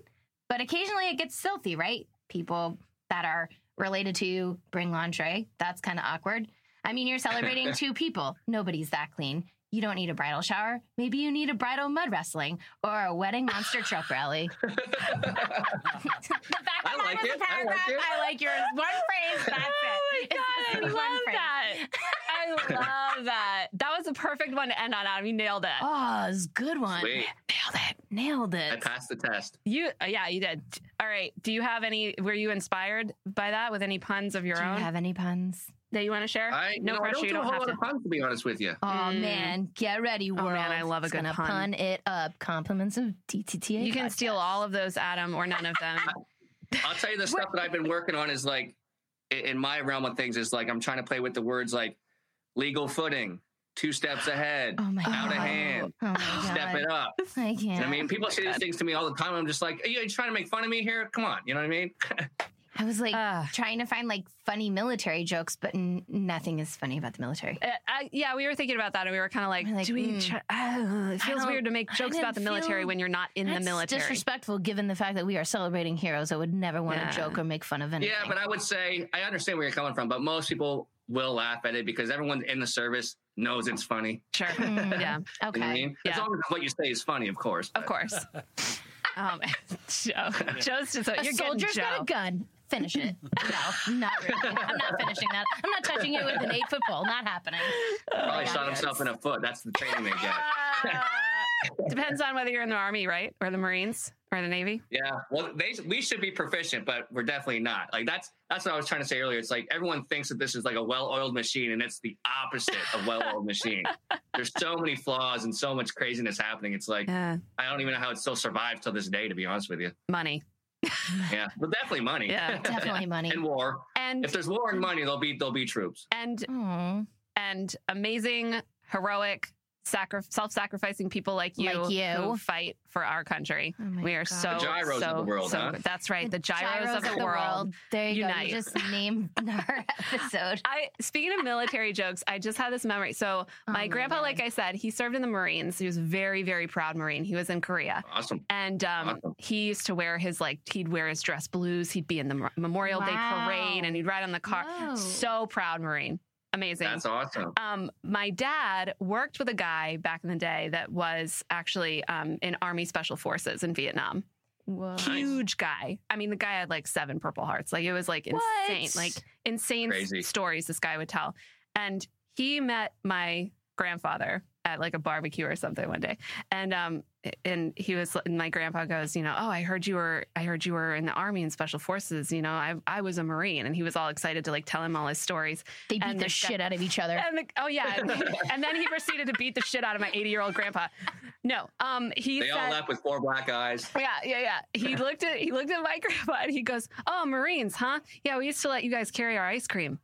Speaker 1: but occasionally it gets filthy, right? People that are related to you bring lingerie. That's kind of awkward. I mean, you're
Speaker 4: (laughs)
Speaker 1: celebrating two people. Nobody's that clean. You don't need a bridal shower. Maybe you need a bridal mud wrestling or a wedding monster truck
Speaker 4: (laughs)
Speaker 1: rally. (laughs) The fact
Speaker 4: I
Speaker 1: that
Speaker 4: like
Speaker 1: was a
Speaker 4: it. I like
Speaker 1: paragraph,
Speaker 4: it. Oh
Speaker 1: I like yours. One phrase. That's it. (laughs) It's
Speaker 3: Oh I
Speaker 1: just
Speaker 3: love
Speaker 1: one phrase.
Speaker 3: that. I love that. That was a perfect one to end on, Adam. You nailed it.
Speaker 1: Oh, it's a good one.
Speaker 4: Sweet.
Speaker 1: Nailed
Speaker 4: I
Speaker 1: it.
Speaker 4: passed the test.
Speaker 3: You, uh, yeah, you did. All right. Do you have any? Were you inspired by that with any puns of your
Speaker 1: Do you
Speaker 3: own
Speaker 1: have any puns?
Speaker 3: that you want to share? no
Speaker 4: I you know, I
Speaker 3: pressure.
Speaker 4: don't
Speaker 3: you
Speaker 4: do a
Speaker 3: don't
Speaker 4: whole
Speaker 3: have
Speaker 4: lot
Speaker 3: to.
Speaker 4: of puns, to be honest with you.
Speaker 1: Oh
Speaker 3: Mm.
Speaker 1: man, get ready,
Speaker 3: Oh,
Speaker 1: world.
Speaker 3: man, I love a
Speaker 1: It's
Speaker 3: good
Speaker 1: gonna
Speaker 3: pun.
Speaker 1: pun it up. Compliments of DTTA.
Speaker 3: You can
Speaker 1: podcast.
Speaker 3: steal all of those, Adam, or none of
Speaker 4: (laughs)
Speaker 3: them.
Speaker 4: I'll tell
Speaker 3: (laughs)
Speaker 4: you the stuff that I've been working on is like i- in my realm of things is like I'm trying to play with the words like legal footing, two steps ahead,
Speaker 1: Oh my
Speaker 4: out
Speaker 1: god.
Speaker 4: of hand,
Speaker 1: Oh my god.
Speaker 4: step it up.
Speaker 1: I
Speaker 4: You know
Speaker 1: can't.
Speaker 4: what I mean, people say these things to me all the time. I'm just like, are you trying to make fun of me here? Come on, you know what I mean?
Speaker 1: I was like
Speaker 3: Ah.
Speaker 1: trying to find like funny military jokes, but n- nothing is funny about the military.
Speaker 3: Uh, I, yeah, we were thinking about that, and we were kind of like,
Speaker 1: We're like,
Speaker 3: do we?
Speaker 1: mm.
Speaker 3: Try, uh, it feels
Speaker 1: don't-
Speaker 3: weird to make
Speaker 1: I
Speaker 3: jokes about the
Speaker 1: didn't
Speaker 3: military
Speaker 1: feel-
Speaker 3: when you're not in the
Speaker 1: That's
Speaker 3: military.
Speaker 1: disrespectful given the fact that we are celebrating heroes. I would never want
Speaker 3: Yeah.
Speaker 1: to joke or make fun of anything.
Speaker 4: Yeah, but I would say I understand where you're coming from, but most people will laugh at it because everyone in the service knows it's funny.
Speaker 3: (laughs) Sure.
Speaker 1: Mm.
Speaker 3: yeah,
Speaker 4: You know what I
Speaker 1: okay.
Speaker 4: mean? As
Speaker 3: yeah.
Speaker 4: long as what you say is funny, of course.
Speaker 3: of
Speaker 4: but- (laughs)
Speaker 3: course. um, (laughs) Joe, Joe's just a,
Speaker 1: A
Speaker 3: you're getting
Speaker 1: soldier's
Speaker 3: Joe.
Speaker 1: got a gun. Finish
Speaker 3: (laughs)
Speaker 1: it. No, not really. I'm not finishing that. I'm not touching it with an eight foot pole. Not happening.
Speaker 3: Oh
Speaker 1: Oh my
Speaker 4: Probably shot himself in the foot. That's the training they
Speaker 3: (laughs)
Speaker 4: get.
Speaker 3: Uh, (laughs) depends on whether you're in the army, right, or the Marines, or the Navy.
Speaker 4: Yeah, well, they we should be proficient, but we're definitely not. Like that's that's what I was trying to say earlier. It's like everyone thinks that this is like a well-oiled machine, and it's the opposite of
Speaker 3: (laughs)
Speaker 4: well-oiled machine. There's so many flaws and so much craziness happening. It's like
Speaker 3: Yeah,
Speaker 4: I don't even know how it still survives till this day, to be honest with you.
Speaker 3: money.
Speaker 4: Yeah, but definitely money. (laughs)
Speaker 3: Yeah, (laughs) Mm-hmm.
Speaker 1: Definitely money.
Speaker 4: and war.
Speaker 3: And
Speaker 4: If there's war
Speaker 1: Oh
Speaker 4: and money, there'll be there'll be troops.
Speaker 3: and
Speaker 1: Aw.
Speaker 3: and amazing, heroic, sacri- self-sacrificing people like you,
Speaker 1: Like you.
Speaker 3: who fight for our country.
Speaker 5: Oh my
Speaker 3: we are
Speaker 5: God.
Speaker 3: so
Speaker 4: The gyros of
Speaker 3: so,
Speaker 4: the world,
Speaker 3: so
Speaker 4: huh?
Speaker 3: good. that's right. The gyros, of the world.
Speaker 5: There you
Speaker 3: Unite.
Speaker 5: go. You just
Speaker 1: (laughs)
Speaker 5: named our episode.
Speaker 3: I speaking of military jokes, I just had this memory. So
Speaker 5: Oh
Speaker 3: my grandpa,
Speaker 5: God.
Speaker 3: like I said, he served in the Marines. He was a very, very proud Marine. He was in Korea.
Speaker 4: Awesome.
Speaker 3: And um,
Speaker 4: Awesome.
Speaker 3: he used to wear his like he'd wear his dress blues. He'd be in the Mem- Memorial
Speaker 5: Wow.
Speaker 3: Day parade, and he'd ride on the car.
Speaker 5: Whoa.
Speaker 3: So proud Marine, amazing.
Speaker 4: That's awesome.
Speaker 3: Um, my dad worked with a guy back in the day that was actually um, in Army Special Forces in Vietnam.
Speaker 1: Oh,
Speaker 5: Whoa.
Speaker 3: Huge guy. I mean, the guy had like seven Purple Hearts. Like it was like insane,
Speaker 1: What?
Speaker 3: like insane s-
Speaker 4: Crazy.
Speaker 3: stories this guy would tell. And he met my grandfather at like a barbecue or something one day, and um, and he was and my grandpa goes, you know, oh, I heard you were, I heard you were in the Army and Special Forces. You know, I I was a Marine, and he was all excited to like tell him all his stories.
Speaker 1: They beat
Speaker 3: And
Speaker 1: the
Speaker 3: this guy-
Speaker 1: shit out of each other.
Speaker 3: (laughs) And the, oh yeah, and, and then he proceeded to beat the shit out of my 80 year old grandpa. No, um, he
Speaker 4: They
Speaker 3: said,
Speaker 4: all left with four black eyes.
Speaker 3: yeah, yeah, yeah. He looked at he looked at my grandpa and he goes, "Oh, Marines, huh? Yeah, we used to let you guys carry our ice cream."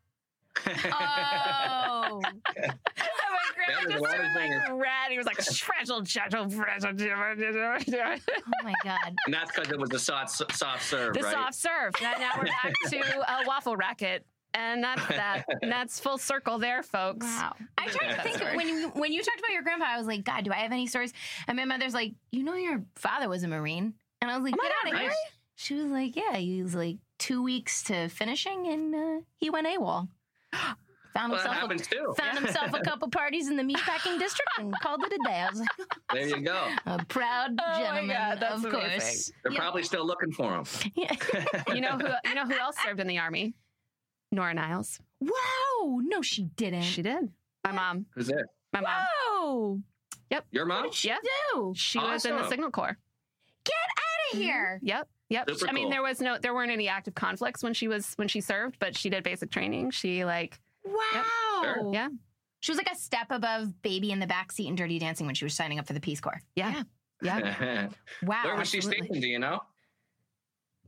Speaker 3: (laughs)
Speaker 1: Oh,
Speaker 3: And my
Speaker 4: That
Speaker 3: grandpa
Speaker 4: is
Speaker 3: just
Speaker 4: one
Speaker 3: turned
Speaker 4: thing.
Speaker 3: like red. He was like, "Fragile, gentle, fragile." gentle."
Speaker 5: Oh my God.
Speaker 4: and that's because it was the soft, soft serve,
Speaker 3: The
Speaker 4: right?
Speaker 3: soft serve. Now, now we're back to a waffle racket, and that's that. And that's full circle there, folks.
Speaker 5: Wow.
Speaker 1: I tried to
Speaker 4: That's
Speaker 1: think
Speaker 4: right.
Speaker 1: when you when you talked about your grandpa, I was like, God, do I have any stories? And my mother's like, you know, your father was a marine, and I was like,
Speaker 3: Am I
Speaker 1: get
Speaker 3: not
Speaker 1: out of here.
Speaker 4: Nice.
Speaker 1: She was like, yeah, he was like two weeks to finishing, and uh, he went AWOL. (gasps)
Speaker 3: um,
Speaker 1: Found
Speaker 4: Well, that
Speaker 1: himself a
Speaker 4: happens too.
Speaker 1: found himself a couple parties in the meatpacking
Speaker 3: (laughs)
Speaker 1: district and called it a day. I was like,
Speaker 4: There you go.
Speaker 1: a proud
Speaker 3: Oh my
Speaker 1: gentleman,
Speaker 3: God, that's
Speaker 1: of course.
Speaker 3: amazing.
Speaker 4: They're
Speaker 1: Yeah.
Speaker 4: probably still looking for
Speaker 3: (laughs)
Speaker 4: him.
Speaker 1: Yeah.
Speaker 3: You know who? You know who else served in the army? Nora Niles.
Speaker 1: Wow, no, she didn't.
Speaker 3: She did. My mom.
Speaker 4: (laughs) Who's this?
Speaker 3: My mom.
Speaker 1: Whoa,
Speaker 4: Your mom?
Speaker 3: Yeah.
Speaker 1: no,
Speaker 3: She was in the
Speaker 4: Awesome.
Speaker 3: Signal Corps.
Speaker 1: get out of here.
Speaker 3: Yep. Yep.
Speaker 4: Super
Speaker 3: I mean,
Speaker 4: cool.
Speaker 3: there was no, there weren't any active conflicts when she was when she served, but she did basic training. She like,
Speaker 1: Wow.
Speaker 4: Sure.
Speaker 3: yeah,
Speaker 1: She was like a step above Baby in the Backseat and Dirty Dancing when she was signing up for the Peace Corps.
Speaker 3: yeah, yeah.
Speaker 4: (laughs)
Speaker 1: Wow.
Speaker 4: Where was she
Speaker 3: absolutely.
Speaker 4: stationed? Do you know?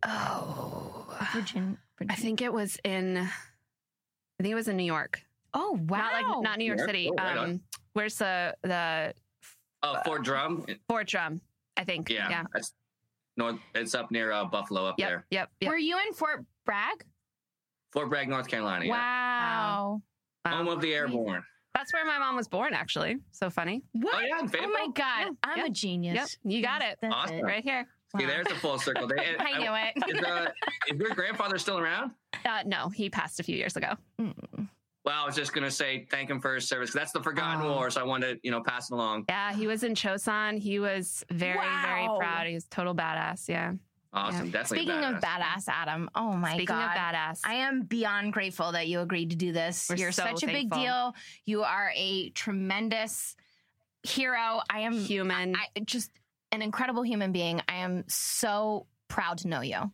Speaker 3: Oh,
Speaker 1: Virgin,
Speaker 3: I think it was in, I think it was in New York.
Speaker 1: Oh, wow.
Speaker 3: Not like not New York
Speaker 4: Yeah.
Speaker 3: City.
Speaker 4: Oh, right on.
Speaker 3: um, where's the the
Speaker 4: Oh, Fort Drum.
Speaker 3: Fort Drum? I think.
Speaker 4: Yeah,
Speaker 3: Uh, Yeah.
Speaker 4: That's north. It's up near uh, Buffalo, up
Speaker 3: Yep.
Speaker 4: there.
Speaker 3: Yep. Yep.
Speaker 1: Were you in Fort Bragg?
Speaker 4: Fort Bragg, North Carolina. yeah.
Speaker 1: Wow.
Speaker 3: Wow.
Speaker 4: Home of the airborne.
Speaker 3: That's where my mom was born, actually. So funny.
Speaker 1: What?
Speaker 4: Oh yeah, in
Speaker 1: Oh
Speaker 4: Fayetteville.
Speaker 1: my God.
Speaker 3: Yeah,
Speaker 1: I'm
Speaker 3: yeah.
Speaker 1: a genius.
Speaker 3: Yep. You got it.
Speaker 5: That's
Speaker 4: Awesome.
Speaker 5: it.
Speaker 3: Right here.
Speaker 4: See, there's a full circle. They,
Speaker 3: (laughs)
Speaker 4: (laughs) and-
Speaker 1: I knew it.
Speaker 4: Is, uh, is your grandfather still around?
Speaker 3: Uh, no, he passed a few years ago.
Speaker 4: (laughs) Well, I was just gonna say thank him for his service. 'cause That's the Forgotten
Speaker 3: Oh.
Speaker 4: War, so I wanted to, you know, pass it along.
Speaker 3: Yeah, he was in Chosun. He was very,
Speaker 1: Wow.
Speaker 3: very proud. He was total badass. Yeah.
Speaker 4: Awesome, definitely.
Speaker 1: Speaking of badass,
Speaker 4: badass.
Speaker 1: Adam. Oh my
Speaker 3: Speaking
Speaker 1: God.
Speaker 3: of badass,
Speaker 1: I am beyond grateful that you agreed to do this.
Speaker 3: We're
Speaker 1: You're
Speaker 3: so
Speaker 1: such a big
Speaker 3: thankful.
Speaker 1: deal. You are a tremendous hero. I am
Speaker 3: human.
Speaker 1: I just an incredible human being. I am so proud to know you.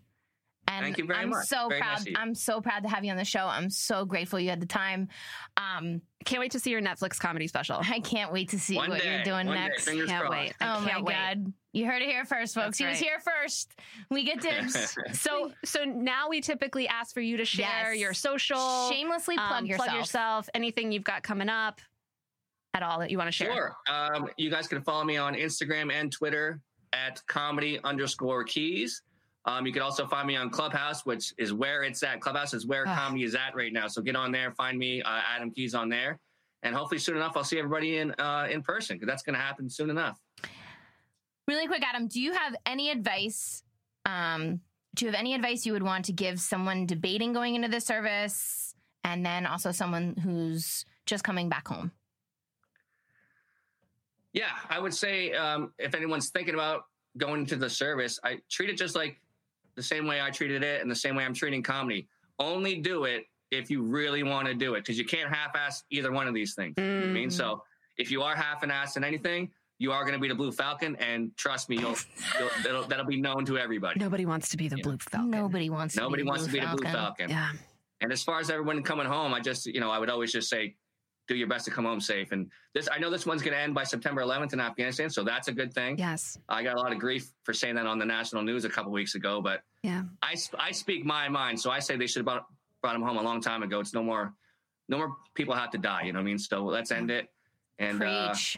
Speaker 1: And
Speaker 4: Thank you very
Speaker 1: I'm
Speaker 4: much.
Speaker 1: so
Speaker 4: Very nice
Speaker 1: proud.
Speaker 4: of you.
Speaker 1: I'm so proud to have you on the show. I'm so grateful you had the time. Um,
Speaker 3: can't wait to see your Netflix
Speaker 1: (laughs)
Speaker 3: comedy special.
Speaker 1: I can't wait to see
Speaker 4: One
Speaker 1: what
Speaker 4: day,
Speaker 1: you're doing
Speaker 4: one day,
Speaker 1: next.
Speaker 4: fingers
Speaker 3: Can't
Speaker 4: crossed.
Speaker 3: wait. I
Speaker 1: Oh my
Speaker 3: can't wait.
Speaker 1: god. You heard it here first, folks.
Speaker 3: That's
Speaker 1: He was
Speaker 3: right.
Speaker 1: here first. We get
Speaker 4: (laughs)
Speaker 1: dibs.
Speaker 3: So, so now we typically ask for you to share
Speaker 1: Yes.
Speaker 3: your social,
Speaker 1: Shamelessly
Speaker 3: um,
Speaker 1: plug yourself.
Speaker 3: anything you've got coming up, at all that you want to share.
Speaker 4: Sure. Um, you guys can follow me on Instagram and Twitter at comedy underscore keys. Um, you can also find me on Clubhouse, which is where it's at. Clubhouse is where
Speaker 3: Ah.
Speaker 4: comedy is at right now. So get on there, find me, uh, Adam Keys on there. And hopefully soon enough, I'll see everybody in uh, in person 'cause that's going to happen soon enough.
Speaker 1: Really quick, Adam, do you have any advice? Um, do you have any advice you would want to give someone debating going into the service and then also someone who's just coming back home?
Speaker 4: Yeah, I would say um, if anyone's thinking about going into the service, I treat it just like the same way I treated it and the same way I'm treating comedy. Only do it if you really want to do it because you can't half ass either one of these things. You know what I
Speaker 1: Mm-hmm.
Speaker 4: mean,
Speaker 3: Mm.
Speaker 4: so if you are half an ass in anything, you are going to be the Blue Falcon, and trust me, you'll, you'll that'll, that'll be known to everybody.
Speaker 3: Nobody wants to be the
Speaker 4: Yeah.
Speaker 3: blue falcon.
Speaker 1: Nobody wants to
Speaker 4: Nobody
Speaker 1: be the
Speaker 4: wants
Speaker 1: Blue
Speaker 4: to be the Blue
Speaker 1: Falcon.
Speaker 4: Falcon.
Speaker 3: Yeah.
Speaker 4: And as far as everyone coming home, I just, you know, I would always just say, do your best to come home safe. And this, I know this one's going to end by September 11th in Afghanistan, so that's a good thing.
Speaker 3: Yes.
Speaker 4: I got a lot of grief for saying that on the national news a couple weeks ago, but
Speaker 3: Yeah.
Speaker 4: I sp- I speak my mind, so I say they should have brought, brought him home a long time ago. It's no more, no more people have to die. You know what I mean? So let's end it. And uh,
Speaker 1: Preach.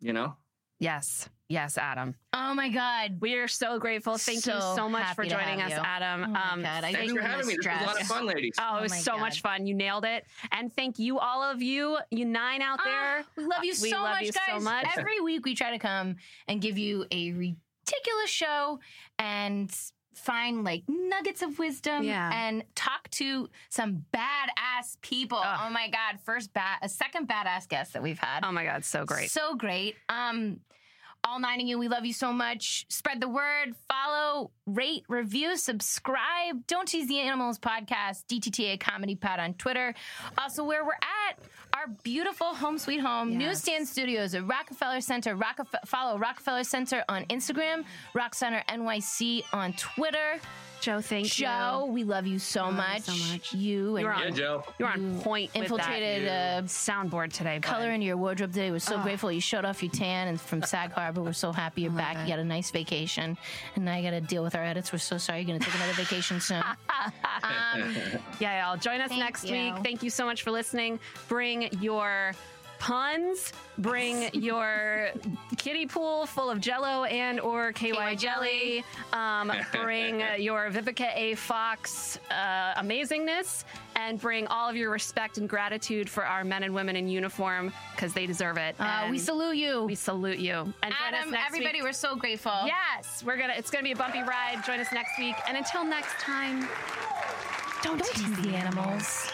Speaker 4: you know?
Speaker 3: Yes. Yes, Adam.
Speaker 1: Oh my god.
Speaker 3: We are so grateful. Thank
Speaker 1: So
Speaker 3: you so much for
Speaker 1: happy to
Speaker 3: joining
Speaker 1: have
Speaker 3: us,
Speaker 1: you.
Speaker 3: Adam.
Speaker 1: Oh my
Speaker 3: um,
Speaker 1: god. I
Speaker 4: Mm, Thanks for
Speaker 1: genuinely
Speaker 4: having me. This was a lot of
Speaker 1: stressed.
Speaker 4: fun, ladies.
Speaker 3: Oh, it
Speaker 1: Oh
Speaker 3: was
Speaker 1: my
Speaker 3: so
Speaker 1: God.
Speaker 3: much fun. You nailed it. And thank you, all of you, you nine out there.
Speaker 1: Ah, we love you
Speaker 3: We
Speaker 1: so
Speaker 3: love
Speaker 1: much,
Speaker 3: you so
Speaker 1: guys.
Speaker 3: much.
Speaker 1: Every week we try to come and give you a ridiculous show and find like nuggets of wisdom
Speaker 3: Yeah.
Speaker 1: and talk to some badass people.
Speaker 3: Ugh.
Speaker 1: Oh my god, first bat a second badass guest that we've had.
Speaker 3: Oh my God, so great.
Speaker 1: So great. Um all nine of you, we love you so much. Spread the word, follow, rate, review, subscribe. Don't tease the animals podcast, DTTA Comedy Pod on Twitter. Also, where we're at, our beautiful home sweet home, Newsstand Studios at Rockefeller Center. Rockef- follow Rockefeller Center on Instagram, Rock Center NYC on Twitter.
Speaker 3: Joe, thank
Speaker 1: Joe, we love you so,
Speaker 3: you
Speaker 1: much.
Speaker 3: so much.
Speaker 1: You and
Speaker 3: You're
Speaker 4: Yeah,
Speaker 3: on,
Speaker 4: Joe.
Speaker 3: you're on point
Speaker 1: infiltrated uh,
Speaker 3: with that
Speaker 1: a
Speaker 3: soundboard today. bud.
Speaker 1: color into your wardrobe today. We're
Speaker 3: Ah.
Speaker 1: so grateful you showed off your tan and from Sag Harbor. We're so happy
Speaker 3: Oh
Speaker 1: you're back. You got a nice vacation, and now you got to deal with our edits. We're so sorry you're going to take another vacation
Speaker 3: (laughs)
Speaker 1: soon. Um,
Speaker 3: Yeah, y'all. Join us
Speaker 1: Thank
Speaker 3: next
Speaker 1: you.
Speaker 3: week. Thank you so much for listening. Bring your puns. Bring
Speaker 1: (laughs)
Speaker 3: your kiddie pool full of Jello and or KY, jelly. Um,
Speaker 1: (laughs)
Speaker 3: bring your Vivica A. Fox uh, amazingness, and bring all of your respect and gratitude for our men and women in uniform because they deserve it.
Speaker 1: uh,
Speaker 3: And
Speaker 1: we salute you,
Speaker 3: we salute you. And join us
Speaker 1: Adam.
Speaker 3: next
Speaker 1: Everybody,
Speaker 3: week.
Speaker 1: we're so grateful.
Speaker 3: Yes, we're gonna. It's gonna be a bumpy ride. Join us next week, and until next time,
Speaker 1: Don't tease the animals.